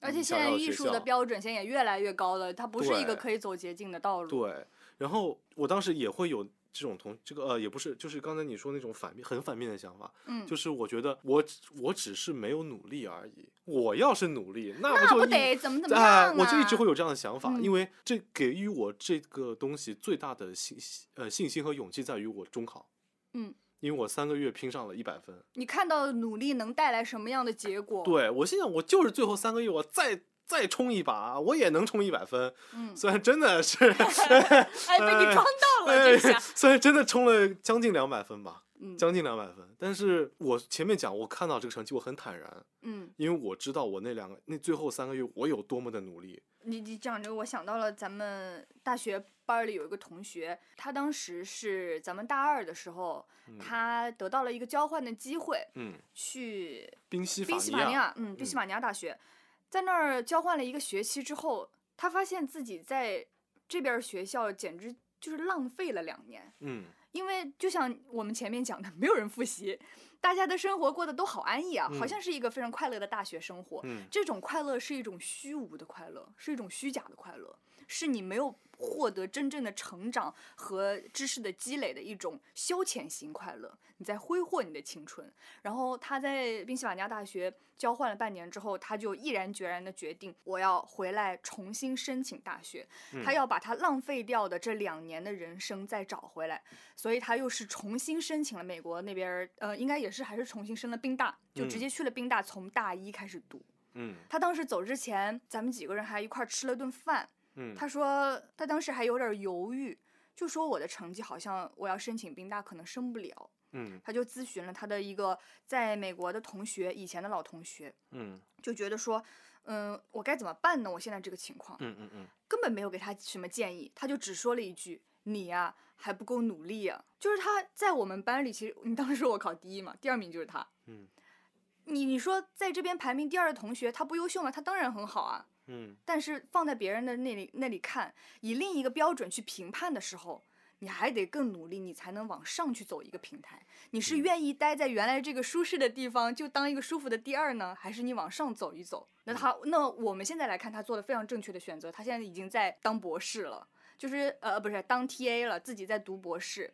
而且
你
现
想
在
要的
艺
学
术的
校
标准现在也越来越高了，它不是一个
对
可以走捷径的道路。
对，然后我当时也会有这种同这个呃，也不是，就是刚才你说那种反面很反面的想法，
嗯，
就是我觉得我只我只是没有努力而已。我要是努力，那我
那
就
不
一
得怎么怎么样、
哎
啊，
我就一直会有这样的想法，
嗯
因为这给予我这个东西最大的信呃信心和勇气在于我中考，
嗯，
因为我三个月拼上了一百分，
你看到努力能带来什么样的结果？，
对我心想我就是最后三个月我再再冲一把，我也能冲一百分，
嗯，
虽然真的 是，
哎，被你
哎
装 到了这下，
虽然真的冲了将近两百分吧，
嗯
将近两百分，但是我前面讲我看到这个成绩我很坦然，
嗯。
因为我知道我那两个那最后三个月我有多么的努力。
你你讲这个，我想到了咱们大学班儿里有一个同学，他当时是咱们大二的时候，
嗯
他得到了一个交换的机会，
嗯，
去
宾夕
宾
法
夕
尼
法尼
亚，
亚，嗯，宾夕
嗯
法尼亚大学，在那儿交换了一个学期之后，他发现自己在这边儿学校简直就是浪费了两年，
嗯
因为就像我们前面讲的，没有人复习，大家的生活过得都好安逸啊，好
嗯
像是一个非常快乐的大学生活，
嗯
这种快乐是一种虚无的快乐，是一种虚假的快乐，是你没有获得真正的成长和知识的积累的一种消遣型快乐。你在挥霍你的青春。然后他在宾夕法尼亚大学交换了半年之后，他就毅然决然的决定，我要回来重新申请大学。他
嗯
要把他浪费掉的这两年的人生再找回来，所以他又是重新申请了美国那边儿，呃，应该也是还是重新申了宾大，就直
嗯
接去了宾大，从大一开始读。
嗯
他当时走之前，咱们几个人还一块儿吃了顿饭。
嗯，
他说他当时还有点犹豫，就说我的成绩好像我要申请宾大可能申不了。
嗯
他就咨询了他的一个在美国的同学，以前的老同学，
嗯
就觉得说，嗯，我该怎么办呢？我现在这个情况
嗯嗯嗯，
根本没有给他什么建议，他就只说了一句：“你呀、还不够努力呀、就是他在我们班里，其实你当时说我考第一嘛，第二名就是他。
嗯
你你说在这边排名第二的同学，他不优秀吗？他当然很好啊。
嗯
但是放在别人的那里那里看，以另一个标准去评判的时候，你还得更努力，你才能往上去走一个平台。你是
嗯
愿意待在原来这个舒适的地方，就当一个舒服的第二呢，还是你往上走一走？
嗯
那他，那我们现在来看，他做了非常正确的选择，他现在已经在当博士了，就是呃，不是当 TA 了，自己在读博士。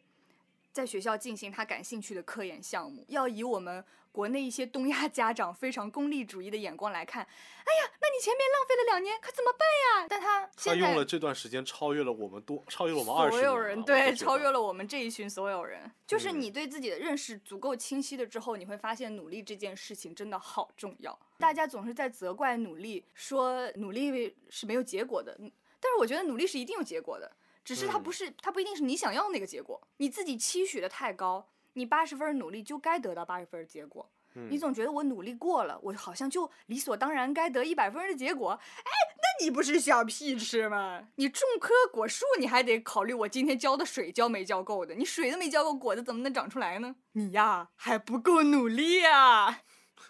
在学校进行他感兴趣的科研项目，要以我们国内一些东亚家长非常功利主义的眼光来看，哎那你前面浪费了两年，可怎么办呀？但他
他
现在
用了这段时间超越了我们多，超越了我们二十
所有人对超越
了，
了我们这一群所有人，就是
嗯
你对自己的认识足够清晰了之后，你会发现努力这件事情真的好重要。大家总是在责怪努力，说努力是没有结果的，嗯但是我觉得努力是一定有结果的。只是它不
嗯
是、它不一定是你想要那个结果，你自己期许的太高，你八十分儿努力就该得到八十分儿的结果。你
嗯，
总觉得我努力过了，我好像就理所当然该得一百分儿的结果。哎，那你不是小屁吃吗？你种棵果树，你还得考虑我今天浇的水浇没浇够的，你水都没浇够，果子怎么能长出来呢？你呀，还不够努力呀。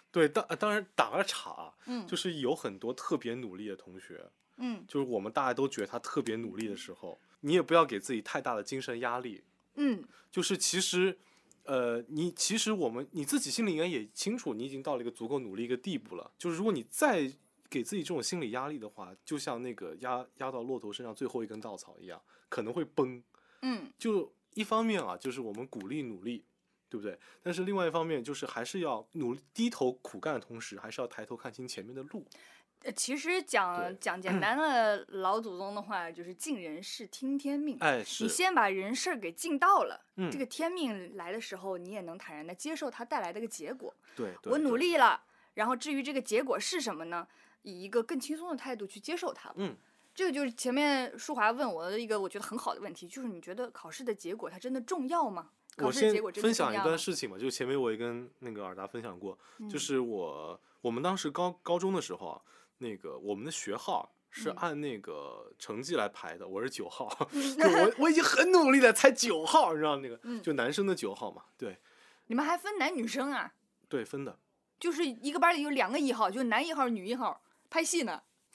对，当当然打个岔啊，
嗯，
就是有很多特别努力的同学，
嗯
就是我们大家都觉得他特别努力的时候，你也不要给自己太大的精神压力。
嗯
就是其实，呃，你其实我们你自己心里应该也清楚，你已经到了一个足够努力一个地步了。就是如果你再给自己这种心理压力的话，就像那个压压到骆驼身上最后一根稻草一样，可能会崩。
嗯
就一方面啊，就是我们鼓励努力，对不对？但是另外一方面，就是还是要努力低头苦干的同时，还是要抬头看清前面的路。
呃其实讲
对
讲简单的老祖宗的话，就是尽人事听天命。
哎，
你
是，
先把人事儿给尽到了，
嗯，
这个天命来的时候，你也能坦然的接受它带来的个结果。
对，对
我努
对
力了，然后至于这个结果是什么呢？以一个更轻松的态度去接受它吧。
嗯，
这个就是前面淑华问我的一个我觉得很好的问题，就是你觉得考试的结果它真的重要吗？考
我
试的
先
结果真的
分
重
享一
要吗
段事情吧，就前面我也跟那个尔达分享过，
嗯
就是我我们当时高高中的时候啊，那个我们的学号是
嗯
按那个成绩来排的，我是九号， 就我我已经很努力了，才九号，你知道那个、
嗯
就男生的九号嘛，对
你们还分男女生啊？
对分的，
就是一个班里有两个一号，就男一号、女一号，拍戏呢，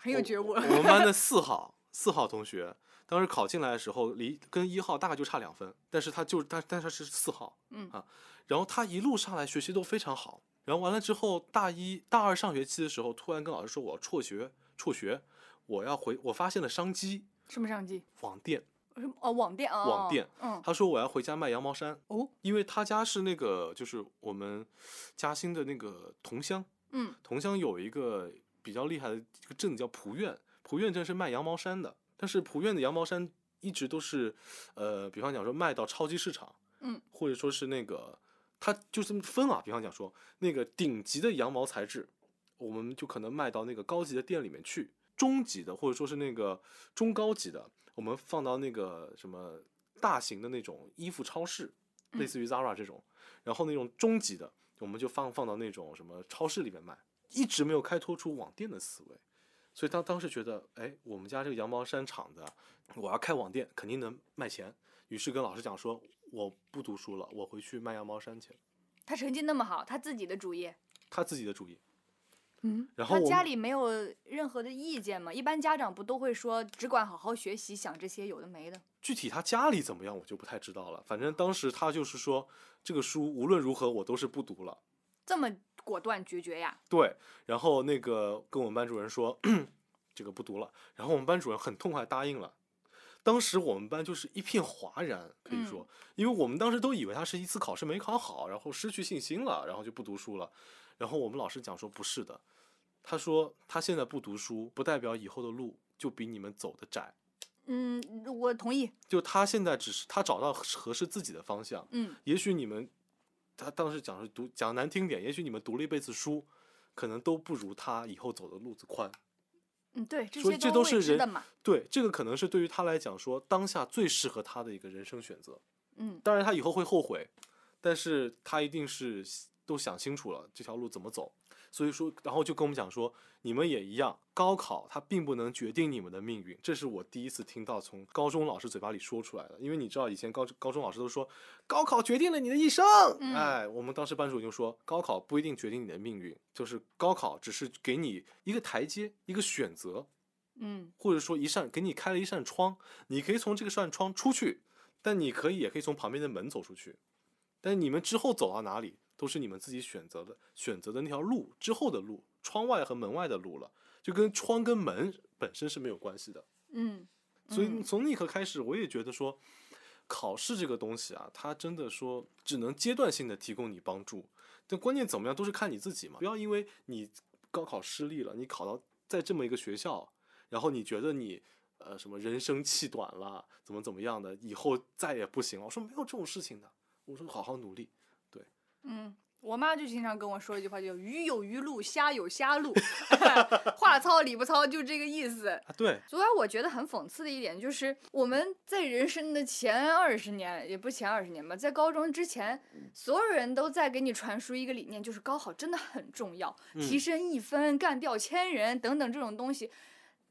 很有觉悟。
哦我们班的四号四号同学。当时考进来的时候，离跟一号大概就差两分，但是他就但但是他是四号，啊
嗯
然后他一路上来学习都非常好，然后完了之后，大一大二上学期的时候，突然跟老师说我要辍学，辍学，我要回，我发现了商机，
什么相机？
网店。
什么？哦，网店啊。
网
哦
店。
嗯。
他说我要回家卖羊毛衫，
哦。
因为他家是那个就是我们嘉兴的那个桐乡，
嗯
桐乡有一个比较厉害的一个镇叫璞院，璞院镇是卖羊毛衫的，但是璞院的羊毛衫一直都是，呃，比方讲说卖到超级市场，
嗯，
或者说是那个，它就是分啊，比方讲说那个顶级的羊毛材质，我们就可能卖到那个高级的店里面去，中级的或者说是那个中高级的，我们放到那个什么大型的那种衣服超市，类
嗯
似于 Zara 这种，然后那种中级的，我们就放放到那种什么超市里面卖，一直没有开拓出网店的思维。所以当当时觉得，哎，我们家这个羊毛衫厂子啊，我要开网店，肯定能卖钱。于是跟老师讲说，我不读书了，我回去卖羊毛衫去。
他成绩那么好，他自己的主意。
他自己的主意。
嗯，
然
他
后我
家
们
里没有任何的意见吗？一般家长不都会说只管好好学习，想这些有的没的。
具体他家里怎么样，我就不太知道了。反正当时他就是说，这个书无论如何我都是不读了。
这么果断决绝呀？
对，然后那个跟我们班主任说， 这个不读了。然后我们班主任很痛快地答应了。当时我们班就是一片哗然，可以说，因为我们当时都以为他是一次考试没考好，然后失去信心了，然后就不读书了。然后我们老师讲说不是的，他说他现在不读书，不代表以后的路就比你们走的窄。
嗯，我同意。
就他现在只是他找到合适自己的方向，
嗯
也许你们，他当时讲是读讲难听点，也许你们读了一辈子书，可能都不如他以后走的路子宽。
嗯，对，这
所
些
以这都
未
是
知
人
的嘛。
对，这个可能是对于他来讲说当下最适合他的一个人生选择。
嗯
当然，他以后会后悔，但是他一定是都想清楚了这条路怎么走。所以说，然后就跟我们讲说，你们也一样，高考它并不能决定你们的命运。这是我第一次听到从高中老师嘴巴里说出来的，因为你知道以前高高中老师都说，高考决定了你的一生。
嗯
哎，我们当时班主任就说，高考不一定决定你的命运，就是高考只是给你一个台阶，一个选择，
嗯
或者说一扇给你开了一扇窗，你可以从这个扇窗出去，但你可以也可以从旁边的门走出去。但你们之后走到哪里，都是你们自己选择的选择的那条路之后的路，窗外和门外的路了，就跟窗跟门本身是没有关系的。
嗯
所以
嗯
从那一刻开始，我也觉得说，考试这个东西啊，它真的说只能阶段性的提供你帮助，但关键怎么样都是看你自己嘛。不要因为你高考失利了，你考到在这么一个学校，然后你觉得你呃什么人生气短了，怎么怎么样的，以后再也不行了。我说没有这种事情的，我说好好努力。
嗯，我妈就经常跟我说一句话，叫“鱼有鱼路，虾有虾路”， 话糙理不糙，就这个意思。
啊，对，
昨晚我觉得很讽刺的一点就是，我们在人生的前二十年，也不前二十年吧，在高中之前，所有人都在给你传输一个理念，就是高考真的很重要，提
嗯
升一分干掉千人等等这种东西，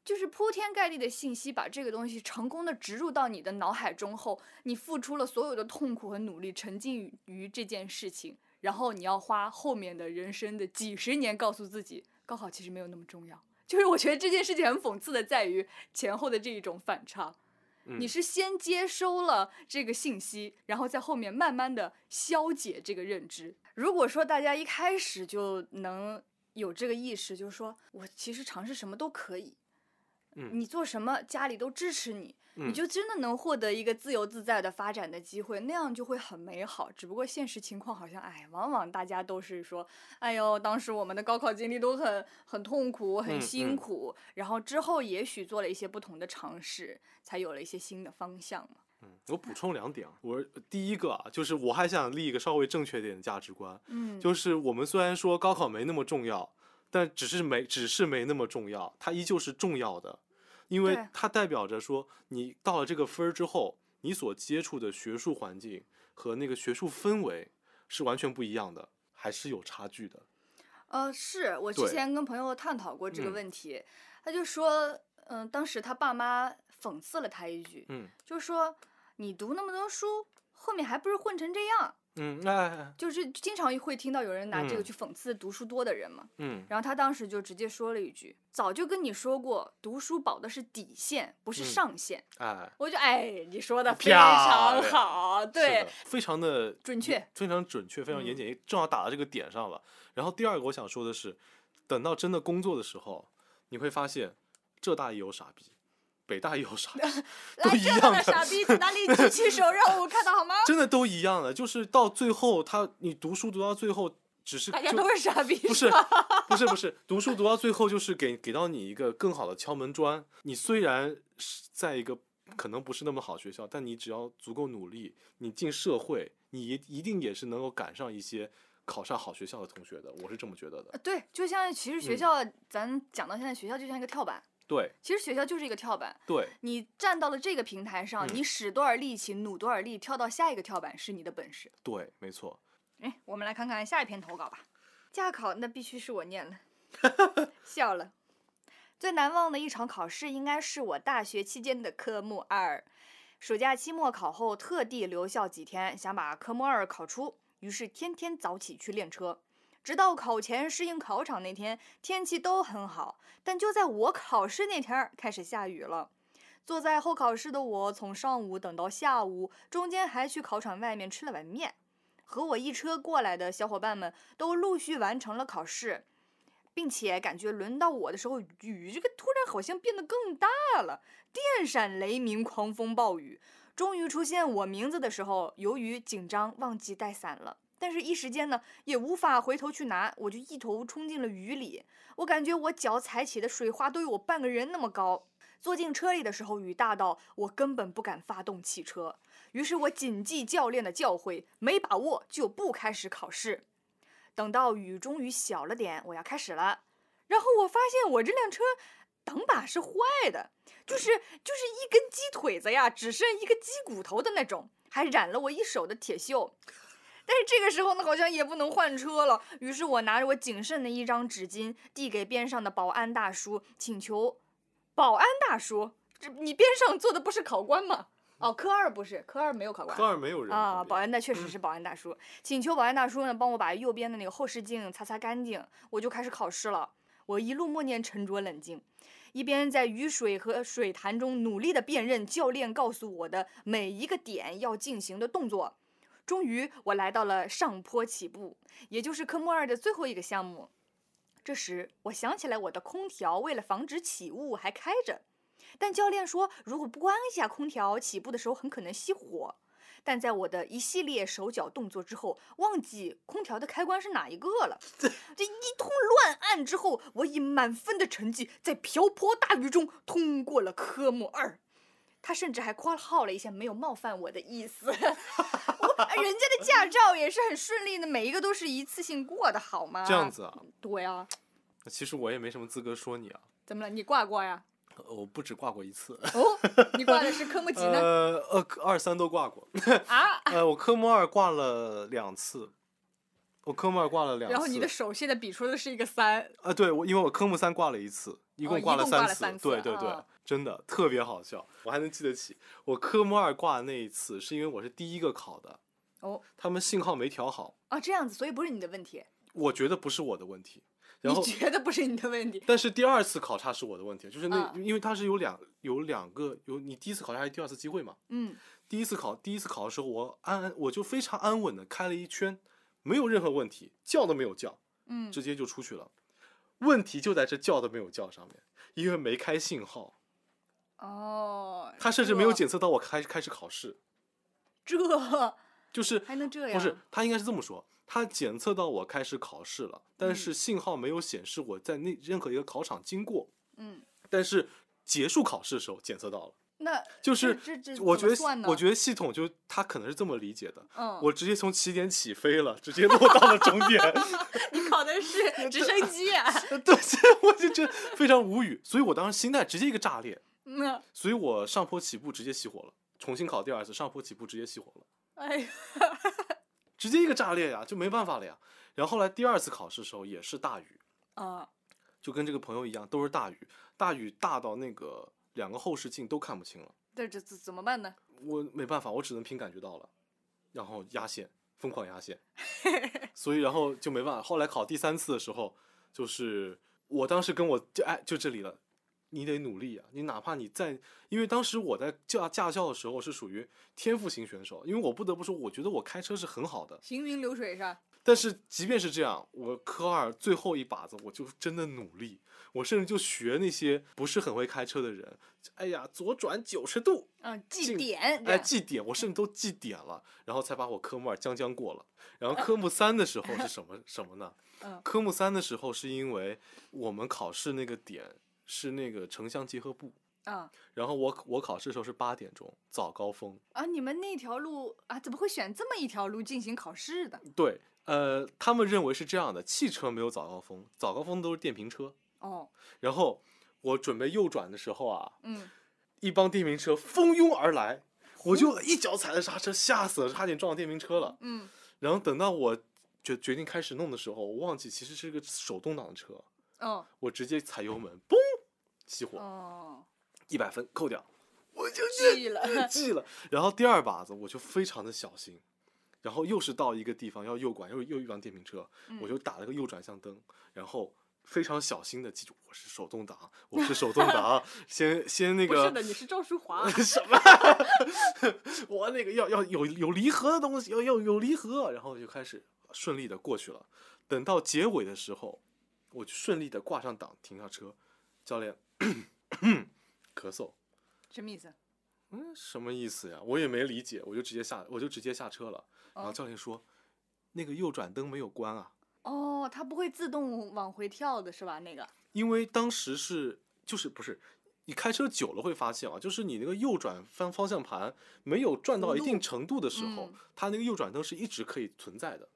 就是铺天盖地的信息，把这个东西成功的植入到你的脑海中后，你付出了所有的痛苦和努力，沉浸于于这件事情，然后你要花后面的人生的几十年告诉自己，高考其实没有那么重要。就是我觉得这件事情很讽刺的，在于前后的这一种反差。你
嗯
是先接收了这个信息，然后在后面慢慢的消解这个认知。如果说大家一开始就能有这个意识，就是说我其实尝试什么都可以，
嗯
你做什么家里都支持你，
嗯
你就真的能获得一个自由自在的发展的机会，那样就会很美好。只不过现实情况好像，哎，往往大家都是说，哎呦，当时我们的高考经历都很很痛苦，很
嗯
辛
嗯
苦，然后之后也许做了一些不同的尝试，才有了一些新的方向嘛。
嗯，我补充两点啊，我第一个啊，就是我还想立一个稍微正确点的价值观，
嗯，
就是我们虽然说高考没那么重要，但只是没只是没那么重要，它依旧是重要的，因
对
为它代表着说你到了这个分儿之后，你所接触的学术环境和那个学术氛围是完全不一样的，还是有差距的。
呃，是我之
对
前跟朋友探讨过这个
嗯
问题，他就说，嗯、当时他爸妈讽刺了他一句，
嗯
就说你读那么多书，后面还不是混成这样。
嗯，哎哎，哎
就是经常会听到有人拿这个
嗯
去讽刺读书多的人嘛。
嗯
然后他当时就直接说了一句：“早就跟你说过，读书保的是底线，不是
嗯
上限。
哎，
我就哎，你说的非
漂
常
亮
好，
是
对
的，，非常的
准确，
非常准确，非常
嗯
言简，意赅，正好打到这个点上了。然后第二个我想说的是，等到真的工作的时候，你会发现浙大也有傻逼，北大也有傻逼，都
来
一
这样
样
的
的
傻 逼在哪里举起手让我看到好吗？
真的都一样的，就是到最后他你读书读到最后，只是
大家
就
都是傻逼，
不是不是不是，读书读到最后就是给给到你一个更好的敲门砖。你虽然是在一个可能不是那么好学校，但你只要足够努力，你进社会，你一一定也是能够赶上一些考上好学校的同学的。我是这么觉得的
呃。 对，就像其实学
嗯
校，咱讲到现在，学校就像一个跳板，
对
其实学校就是一个跳板。
对，
你站到了这个平台上，
嗯
你使多少力气，努多少力，跳到下一个跳板是你的本事。
对，没错。
哎，我们来看看下一篇投稿吧。驾考那必须是我念了，笑了。最难忘的一场考试应该是我大学期间的科目二。暑假期末考后，特地留校几天，想把科目二考出，于是天天早起去练车。直到考前适应考场那天，天气都很好，但就在我考试那天儿开始下雨了。坐在候考室的我，从上午等到下午，中间还去考场外面吃了碗面。和我一车过来的小伙伴们都陆续完成了考试，并且感觉轮到我的时候，雨这个突然好像变得更大了，电闪雷鸣，狂风暴雨。终于出现我名字的时候，由于紧张忘记带伞了，但是一时间呢也无法回头去拿，我就一头冲进了雨里。我感觉我脚踩起的水花都有我半个人那么高。坐进车里的时候，雨大到我根本不敢发动汽车。于是我谨记教练的教诲，没把握就不开始考试。等到雨终于小了点，我要开始了，然后我发现我这辆车挡把是坏的，就是就是一根鸡腿子呀，只剩一个鸡骨头的那种，还染了我一手的铁锈。但是这个时候呢，好像也不能换车了。于是我拿着我仅剩的一张纸巾，递给边上的保安大叔，请求保安大叔，这你边上坐的不是考官吗？哦，科二不是，科二没有考官。
科二没有人
啊，
旁
保
边嗯
安那确实是保安大叔，请求保安大叔呢帮我把右边的那个后视镜擦擦干净，我就开始考试了。我一路默念沉着冷静，一边在雨水和水潭中努力的辨认教练告诉我的每一个点要进行的动作。终于，我来到了上坡起步，也就是科目二的最后一个项目。这时，我想起来我的空调为了防止起雾还开着，但教练说如果不关一下空调，起步的时候很可能熄火。但在我的一系列手脚动作之后，忘记空调的开关是哪一个 了。这一通乱按之后，我以满分的成绩在瓢泼大雨中通过了科目二。他甚至还括号了一些没有冒犯我的意思。我哎人家的驾照也是很顺利的，每一个都是一次性过的，好吗？
这样。子啊，
对啊，
那其实我也没什么资格说你啊，
怎么了？你挂挂呀？
呃我不止挂过一次，
哦，你挂的是科目几呢？
呃呃科二三都 挂过，
啊，
呃我科目二挂了两次，我科目二挂了两次，
然后你的手现在比出的是一个三，
啊，对，我因为我科目三挂了一次，一
哦
共
一
挂了
共挂了
次，
三次
对对对，
啊
真的特别好笑，我还能记得起。我科目二挂的那一次，是因为我是第一个考的，
哦
他们信号没调好，
哦，这样子，所以不是你的问题，
我觉得不是我的问题，然
你
后
觉得不是你的问题，
但是第二次考差是我的问题，就是那、
嗯
因为它是有两有两个有你第一次考察还是第二次机会嘛，
嗯，
第一次考第一次考的时候，我安安我就非常安稳的开了一圈，没有任何问题，叫都没有叫，
嗯，
直接就出去了。问题就在这叫都没有叫上面，因为没开信号。
哦，
他甚至没有
这
检测到我开开始考试，
这
就是
还能这样？
不是他应该是这么说，他检测到我开始考试了，但
嗯
是信号没有显示我在那任何一个考场经过，
嗯，
但是结束考试的时候检测到了，
那
就是
这这
我觉得我
得
觉得系统就他可能是这么理解的。
嗯，
我直接从起点起飞了，直接落到了终 点，
你考的 是直升机啊，
对， 我就觉得非常无语，所以我当时心态直接一个炸裂，
嗯，
所以我上坡起步直接熄火了，重新考第二次，上坡起步直接熄火了。
哎呀，
直接一个炸裂呀，就没办法了呀。然后后来第二次考试的时候也是大雨，
啊，
就跟这个朋友一样，都是大雨，大雨大到那个两个后视镜都看不清了，
这这怎怎么办呢？
我没办法，我只能凭感觉到了，然后压线，疯狂压线，所以然后就没办法。后来考第三次的时候，就是我当时跟我就哎就这里了。你得努力啊！你哪怕你在，因为当时我在驾驾校的时候是属于天赋型选手，因为我不得不说，我觉得我开车是很好的，
行云流水是吧？
但是即便是这样，我科二最后一把子，我就真的努力，我甚至就学那些不是很会开车的人，哎呀，左转九十度，
嗯，记
进
点，
哎，
对
记点，我甚至都记点了，然后才把我科目二将将过了。然后科目三的时候是什么什么呢？
嗯
科目三的时候是因为我们考试那个点是那个城乡结合部，
啊
然后我我考试的时候是八点钟，早高峰，
啊，你们那条路啊，怎么会选这么一条路进行考试的？
对。呃，他们认为是这样的，汽车没有早高峰，早高峰都是电瓶车。
哦，
然后我准备右转的时候啊，
嗯，
一帮电瓶车蜂拥而来，我就一脚踩了刹车，吓死了，差点撞到电瓶车了。
嗯，
然后等到我决决定开始弄的时候，我忘记其实是个手动挡的车，
哦，
我直接踩油门，嘣，熄火，
哦，
一百分扣掉，我就
记 了，
记了。然后第二把子我就非常的小心，然后又是到一个地方要右拐，又又一辆电瓶车，
嗯
我就打了个右转向灯，然后非常小心的记住我是手动挡，我是手动 挡，先先那
不是
个，
的，你是赵淑华
什 么，我那个要要有有离合的东西，要要有离合，然后就开始顺利的过去了。等到结尾的时候，我就顺利的挂上档，停下车，教练 咳嗽。
什么意思？
嗯，什么意思呀？我也没理解，我就直接下，我就直接下车了。然后
哦
教练说，那个右转灯没有关啊，
哦，它不会自动往回跳的是吧？那个，
因为当时是就是不是。你开车久了会发现啊，就是你那个右转方方向盘没有转到一定程度的时候，
嗯
它那个右转灯是一直可以存在的。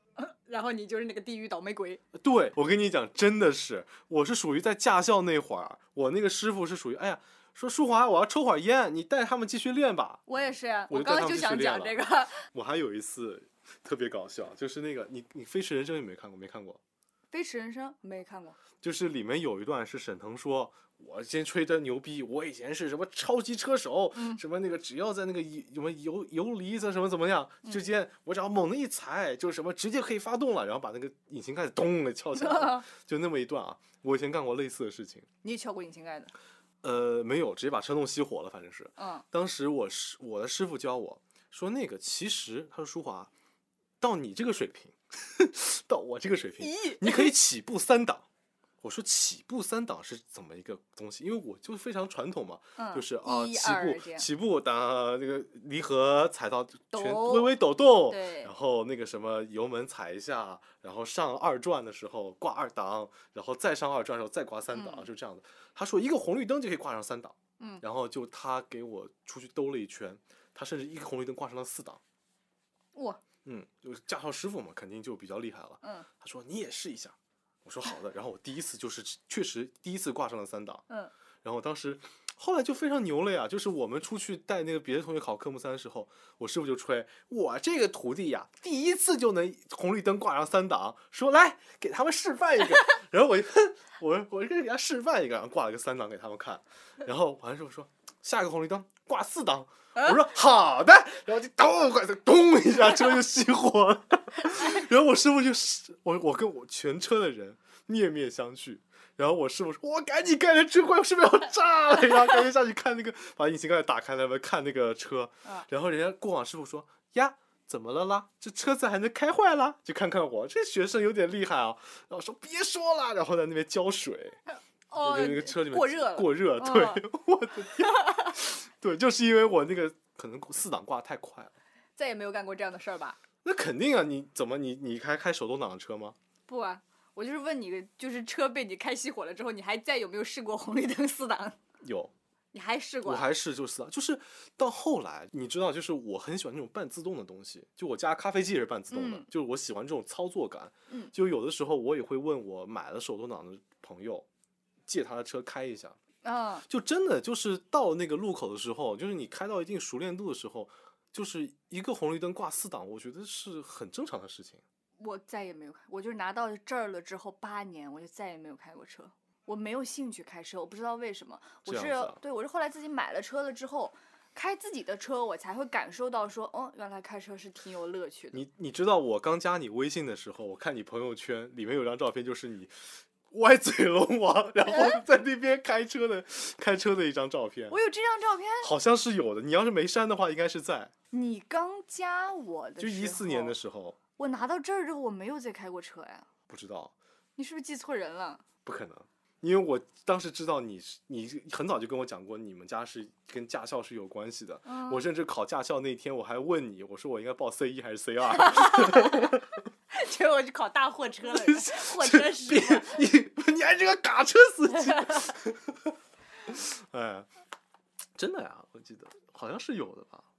然后你就是那个地狱倒霉鬼，
对，我跟你讲，真的是，我是属于在驾校那会儿，我那个师傅是属于，哎呀，说淑华，我要抽会儿烟，你带他们继续练吧。
我也是呀，我
我就带
刚
他
刚
们
就
去
想
练
讲
了
这个，
我还有一次特别搞笑，就是那个你你《飞驰人生》有没有看过？没看过，
《飞驰人生》没看 过，
就是里面有一段是沈腾说。我先吹的牛逼，我以前是什么超级车手，
嗯
什么那个只要在那个油什么油油离子什么怎么样之间，我只要猛的一踩，就什么直接可以发动了，然后把那个引擎盖咚给翘起来 了，就那么一段啊。我以前干过类似的事情，
你也敲过引擎盖的，
呃，没有直接把车弄熄火了，反正是。
嗯，
当时我师我的师傅教我说，那个其实他说舒华，到你这个水平， 到我这个水平，
咦，
你可以起步三档。我说起步三档是怎么一个东西？因为我就非常传统嘛，
嗯
就是啊，
一
起
二这
步
样，
起步打那个离合踩到全
抖
微微抖动，
对
然后那个什么油门踩一下，然后上二转的时候挂二档，然后再上二转的时候再挂三档，
嗯
就这样的。他说一个红绿灯就可以挂上三档，
嗯
然后就他给我出去兜了一圈，他甚至一个红绿灯挂上了四档，
哇，
嗯，就驾校师傅嘛，肯定就比较厉害了。
嗯
他说你也试一下，我说好的。然后我第一次就是确实第一次挂上了三档，
嗯
然后当时后来就非常牛了呀，就是我们出去带那个别的同学考科目三的时候，我师傅就吹我这个徒弟呀，第一次就能红绿灯挂上三档，说来给他们示范一个。然后我就我我就给他示范一个，然后挂了个三档给他们看，然后完师傅说下一个红绿灯挂四档。我说好的，然后就咚，快咚一下，车就熄火了。 然后我师傅就是我，我跟我全车的人面面相觑。然后我师傅说：“我赶紧开着车，快是不是要炸了？”然后赶紧下去看那个，把引擎盖打开了，看那个车
啊。
然后人家过往师傅说：“呀，怎么了啦？这车子还能开坏啦？”就看看我，这学生有点厉害啊。然后说：“别说了。”然后在那边浇水，
哦
就，那个车里面
过热了，
过热，
嗯
对， 我的天，对，就是因为我那个可能四档挂得太快了。
再也没有干过这样的事儿吧？
那肯定啊，你怎么你你还开手动挡的车吗？
不啊，我就是问你，就是车被你开熄火了之后，你还再有没有试过红绿灯四档？
有，
你还试过
我
啊？
还是就是啊，就是到后来，你知道，就是我很喜欢那种半自动的东西，就我家咖啡机也是半自动的，
嗯
就是我喜欢这种操作感。
嗯
就有的时候我也会问我买了手动挡的朋友，借他的车开一下，
嗯，
就真的就是到那个路口的时候，就是你开到一定熟练度的时候，就是一个红绿灯挂四档，我觉得是很正常的事情。
我再也没有开，我就是拿到这儿了之后八年，我就再也没有开过车。我没有兴趣开车，我不知道为什么。我
这
是、
样子啊
对我是后来自己买了车了之后，开自己的车，我才会感受到说，哦，原来开车是挺有乐趣的。
你你知道我刚加你微信的时候，我看你朋友圈里面有张照片，就是你歪嘴龙王，然后在那边开车的开车的一张照片
我，有这张照片，
好像是有的。你要是没删的话，应该是在
你刚加我的时
就
候，
一四年的时候，
我拿到这儿之后，我没有再开过车呀。
不知道，
你是不是记错人 了？
不可能。因为我当时知道你是，你很早就跟我讲过，你们家是跟驾校是有关系的。
嗯
我甚至考驾校那天，我还问你，我说我应该报 C 一还是 C 二？
结果我去考大货 车了，货车师
你
傅。
你你还是个卡车司机，哎，真的呀，我记得好像是有的吧。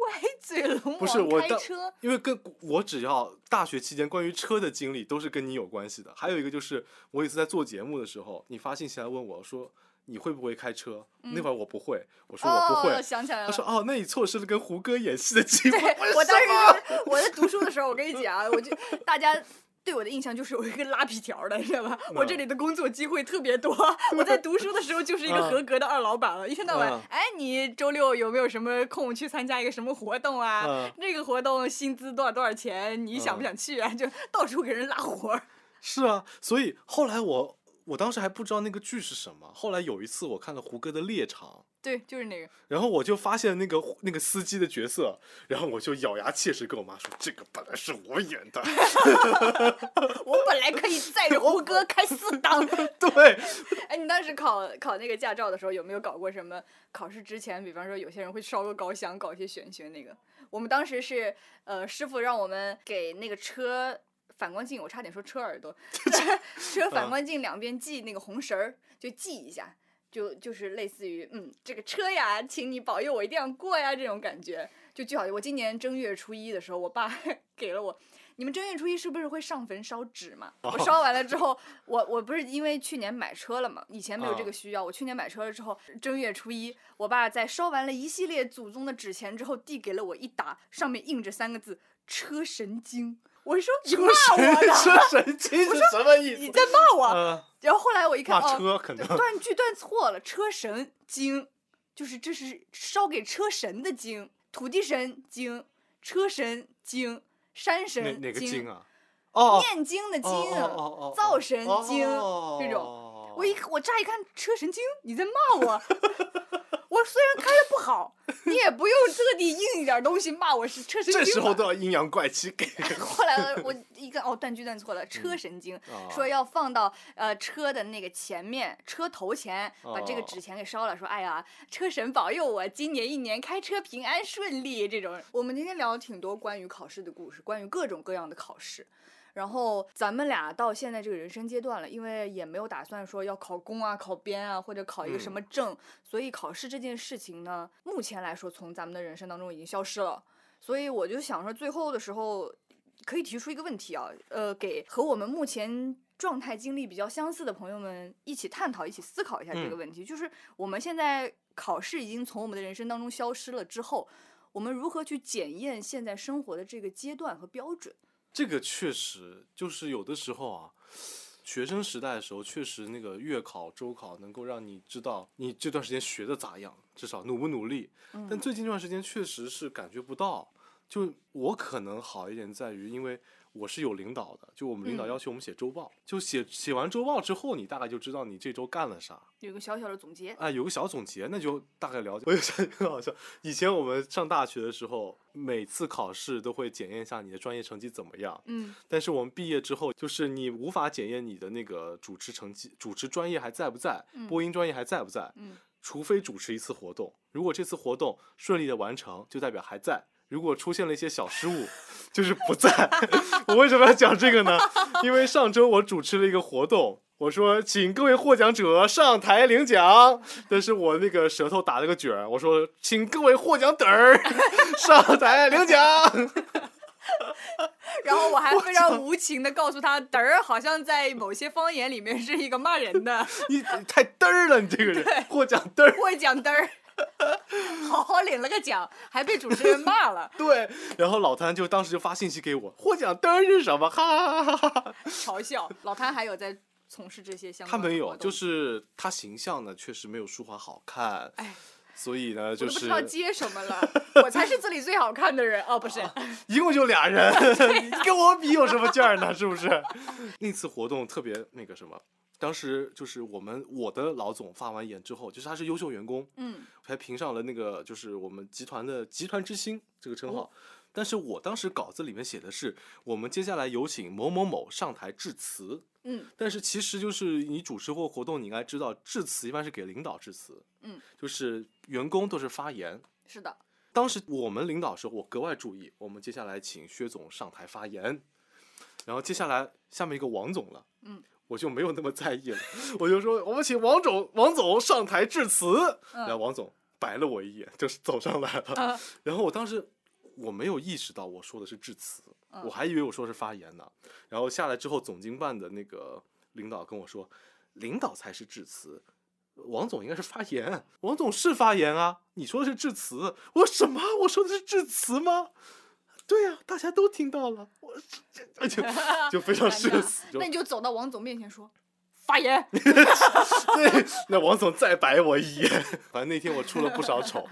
歪嘴龙
不是
王
我
开
当
车，
因为跟我只要大学期间关于车的经历都是跟你有关系的。还有一个就是，我有一次在做节目的时候，你发信息来问我说你会不会开车？那
嗯
会儿我不会，我说我不会。
哦，想起来
他
了。
说哦，那你错失了跟胡歌演戏的机会。
对
我，
我
说
当时
什么
就是我在读书的时候，我跟你讲啊，我就大家对我的印象就是我一个拉皮条的，你知道吧？我这
嗯
里的工作机会特别 多，我在读书的时候就是一个合格的二老板了，一天到晚
嗯，
哎，你周六有没有什么空去参加一个什么活动啊
嗯？
这个活动薪资多少多少钱？你想不
嗯
想去啊？就到处给人拉活儿。
是啊，所以后来我我当时还不知道那个剧是什么，后来有一次我看了胡歌的《猎场》。
对，就是那个。
然后我就发现那个胡那个司机的角色，然后我就咬牙切齿跟我妈说：“这个本来是我演的。
我本来可以载着 胡歌开四档。”
对，
哎，你当时考考那个驾照的时候，有没有搞过什么考试之前，比方说有些人会烧个高香，搞一些玄学那个？我们当时是呃，师傅让我们给那个车反光镜，我差点说车耳朵， 车反光镜两边系那个红绳儿，就系一下。就就是类似于，嗯，这个车呀，请你保佑我一定要过呀，这种感觉，就最好。我今年正月初一的时候，我爸 给了我你们正月初一是不是会上坟烧纸嘛？
哦
我烧完了之后，我我不是因为去年买车了嘛，以前没有这个
啊
需要。我去年买车了之后，正月初一，我爸在烧完了一系列祖宗的纸钱之后，递给了我一沓，上面印着三个字“车神经”。我说你骂我呢，
车神经是什么意
你
思？
在骂我。
呃，
然后后来我一看，
骂
哦，
车可
对
能
断句断错了，“车神经”就是这是烧给车神的经，土地神经，车神经，山
哪
神
哪个
经
经啊？哦，
念经的经，
哦哦哦，
造神经这种
种
我一我乍一看车神经，你在骂我。我虽然开的不好，你也不用特地印一点东西骂我是车神经吧。
这时候都要阴阳怪气给
后来我一看，哦，断句断错了，车神经。
啊
说要放到呃车的那个前面，车头前把这个
哦
纸钱给烧了，说哎呀，车神保佑我今年一年开车平安顺利这种。我们今天聊了挺多关于考试的故事，关于各种各样的考试。然后咱们俩到现在这个人生阶段了，因为也没有打算说要考公啊、考编啊，或者考一个什
嗯
么证，所以考试这件事情呢，目前来说从咱们的人生当中已经消失了。所以我就想说，最后的时候可以提出一个问题啊，呃，给和我们目前状态经历比较相似的朋友们一起探讨、一起思考一下这个
嗯
问题，就是我们现在考试已经从我们的人生当中消失了之后，我们如何去检验现在生活的这个阶段和标准？
这个确实就是有的时候啊，学生时代的时候，确实那个月考、周考能够让你知道你这段时间学的咋样，至少努不努力。但最近这段时间确实是感觉不到。就我可能好一点在于，因为我是有领导的，就我们领导
嗯
要求我们写周报，就写写完周报之后，你大概就知道你这周干了啥。
有一个小小的总结，
哎，有个小总结，那就大概了解。我 有想一个很好笑，以前我们上大学的时候，每次考试都会检验一下你的专业成绩怎么样。
嗯
但是我们毕业之后，就是你无法检验你的那个主持成绩、主持专业还在不在，播音专业还在不在，
嗯
除非主持一次活动。如果这次活动顺利的完成，就代表还在；如果出现了一些小失误， 就是不在。 我为什么要讲这个呢？因为上周我主持了一个活动。我说，请各位获奖者上台领奖，但是我那个舌头打了个卷儿，我说，请各位获奖等儿 上台领奖。
然后我还非常无情的告诉他，嘚儿好像在某些方言里面是一个骂人的，
你你太嘚儿了，你这个人获奖嘚儿。
会讲嘚儿， 好好领了个奖，还被主持人骂了，
对，然后老谭就当时就发信息给我，获奖嘚儿是什么？哈哈哈哈哈！
嘲笑。老谭还有在从事这些相
他
关的
没
活
有，
动
就是他形象呢确实没有舒华好看，
哎，
所以呢
我
就
都不
是
知道接什么了，我才是这里最好看的人哦，不是，
一共就 俩人，你跟我比有什么劲儿呢？是不是？ 那次活动特别那个什么。当时就是我们我的老总发完言之后，就是他是优秀员工，
嗯
还评上了那个就是我们集团的集团之星这个称号。
哦
但是我当时稿子里面写的是，我们接下来有请某某某上台致辞。
嗯
但是其实就是你主持或活动，你应该知道，致辞一般是给领导致辞，
嗯，
就是员工都是发言。
是的，
当时我们领导说，我格外注意，我们接下来请薛总上台发言，然后接下来下面一个王总了，
嗯，
我就没有那么在意了，我就说我们请王总王总上台致辞，
嗯
然后王总白了我一眼，就是走上来了，
啊
然后我当时我没有意识到我说的是致辞，
嗯
我还以为我说是发言呢。然后下来之后，总经办的那个领导跟我说，领导才是致辞，王总应该是发言。王总是发言啊，你说的是致辞。我说什么？我说的是致辞吗？对呀、大家都听到了，我 这这就就 非常
尴
社
尬
死。就
哎那你就走到王总面前说，发 言，
对， 那王总再白我一眼。 反正那天我出了不少 丑。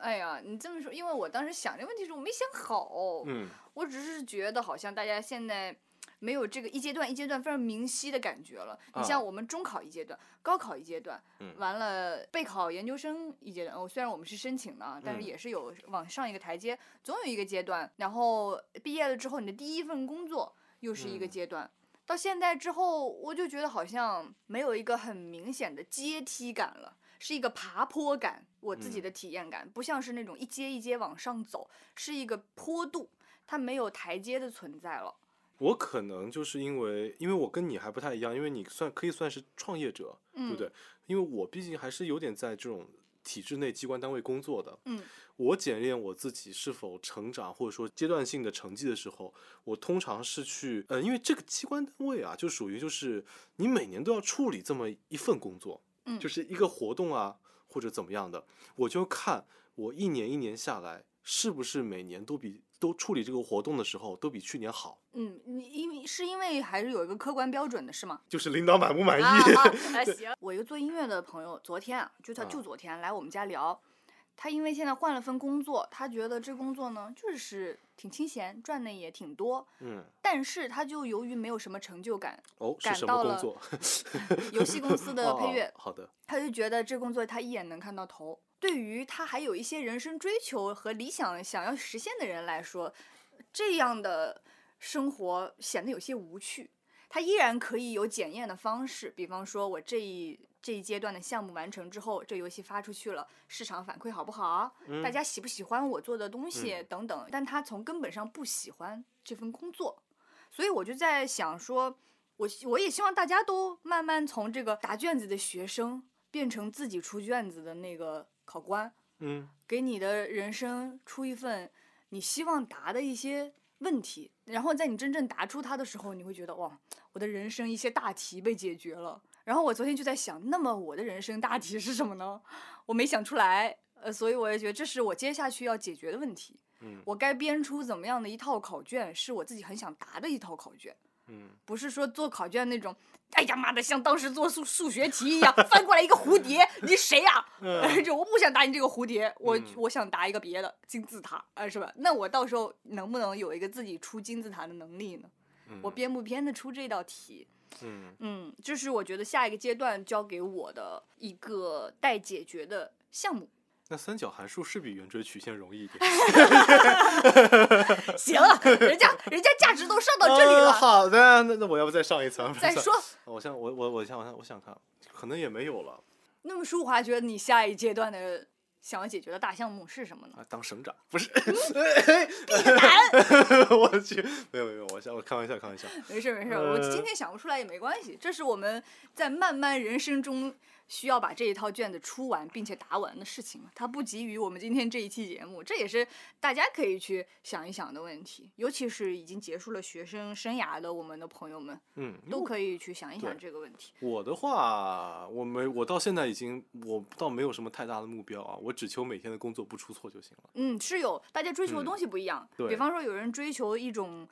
哎呀，你这么说，因为我当时想这问题时我没想 好，
嗯，
我只是觉得好像大家现在没有这个一阶段一阶段非常明晰的感觉了。你
啊
像我们中考一阶段、高考一阶段，
嗯
完了备考研究生一阶段。哦，虽然我们是申请的啊，但是
嗯
也是有往上一个台阶，总有一个阶段。然后毕业了之后，你的第一份工作又是一个
嗯
阶段。到现在之后，我就觉得好像没有一个很明显的阶梯感了，是一个爬坡感。我自己
嗯
的体验感，不像是那种一阶一阶往上走，是一个坡度，它没有台阶的存在了。
我可能就是因为，因为我跟你还不太一样，因为你算可以算是创业者，
嗯，
对不对？？因为我毕竟还是有点在这种体制内机关单位工作的。
嗯，
我检验我自己是否成长或者说阶段性的成绩的时候，我通常是去，呃，因为这个机关单位啊，就属于就是你每年都要处理这么一份工作，
嗯
就是一个活动啊或者怎么样的，我就看我一年一年下来是不是每年都比都处理这个活动的时候都比去年好。
嗯，你因为是因为还是有一个客观标准的，是吗？
就是领导满不满意？
啊 啊，哎行。我一个做音乐的朋友，昨天啊，就他
啊
就昨天来我们家聊，他因为现在换了份工作，他觉得这工作呢就是挺清闲，赚的也挺多，
嗯，
但是他就由于没有什么成就感，
哦，是
感
什
到
么工
了
作？
游戏公司的配乐
哦、好的，
他就觉得这工作他一眼能看到头。对于他还有一些人生追求和理想想要实现的人来说，这样的生活显得有些无趣。他依然可以有检验的方式，比方说我这一这一阶段的项目完成之后，这游戏发出去了，市场反馈好不好，
嗯
大家喜不喜欢我做的东西
嗯
等等。但他从根本上不喜欢这份工作，所以我就在想说，我希我也希望大家都慢慢从这个答卷子的学生变成自己出卷子的那个考官，
嗯
给你的人生出一份你希望答的一些问题，然后在你真正答出它的时候，你会觉得哇，我的人生一些大题被解决了。然后我昨天就在想，那么我的人生大题是什么呢？我没想出来，呃，所以我也觉得这是我接下去要解决的问题。
嗯
我该编出怎么样的一套考卷，是我自己很想答的一套考卷。
嗯，
不是说做考卷那种，哎呀妈的，像当时做数数学题一样，翻过来一个蝴蝶，你谁呀、
嗯
就我不想答你这个蝴蝶，我、
嗯
我想答一个别的金字塔，啊，是吧？那我到时候能不能有一个自己出金字塔的能力呢？我编不编得出这道题？
嗯
嗯，这是我觉得下一个阶段交给我的一个待解决的项目。
那三角函数是比圆锥曲线容易一点。
行了，人家人家价值都上哦到这里
呃
了，
好的，那那我要不再上一层？不是
再
上
说。
我想我我我想我想我想看，可能也没有了
那么舒华觉得你下一阶段的想要解决的大项目是什 么呢？
啊，当省长不是？
嗯难，
我去，没有没有，我想我开玩笑开玩笑。
没事没事，我
呃
今天想不出来也没关系，这是我们在漫漫人生中需要把这一套卷子出完并且答完的事情嘛。它不急于我们今天这一期节目，这也是大家可以去想一想的问题，尤其是已经结束了学生生涯的我们的朋友们，
嗯，因为
都可以去想一想
对
这个问题。
我的话，我没我到现在已经我倒没有什么太大的目标啊，我只求每天的工作不出错就行了。
嗯，是有，大家追求的
嗯
东西不一样，
对
比方说有人追求一种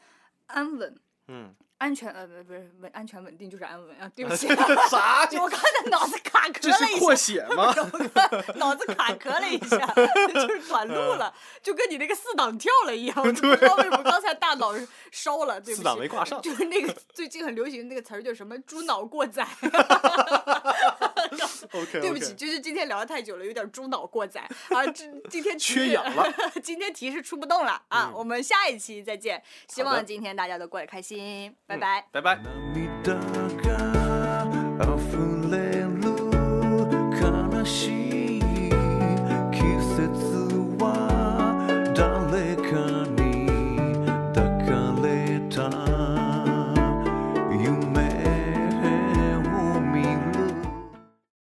安稳。
嗯，
安全呃不不是稳安全稳定就是安稳啊，对不起，
啥？
我刚才脑子卡壳
这
了
是
一
扩
下，
写吗？
脑子卡壳了一 下，就是短路了，
嗯
就跟你那个四档跳了 一样，我就不知道为什么刚才大脑烧了，对不起，
四档没挂上
就是那个最近很流行那个词儿叫什么“猪脑过 载
OK，
对不起，，就是今天聊的太久了，有点猪脑过载啊，这今天提示
缺氧了，
今天提示出不动了啊，
嗯
我们下一期再见，希
好的嗯
望今天大家都过得开心，拜拜。
拜拜。
涙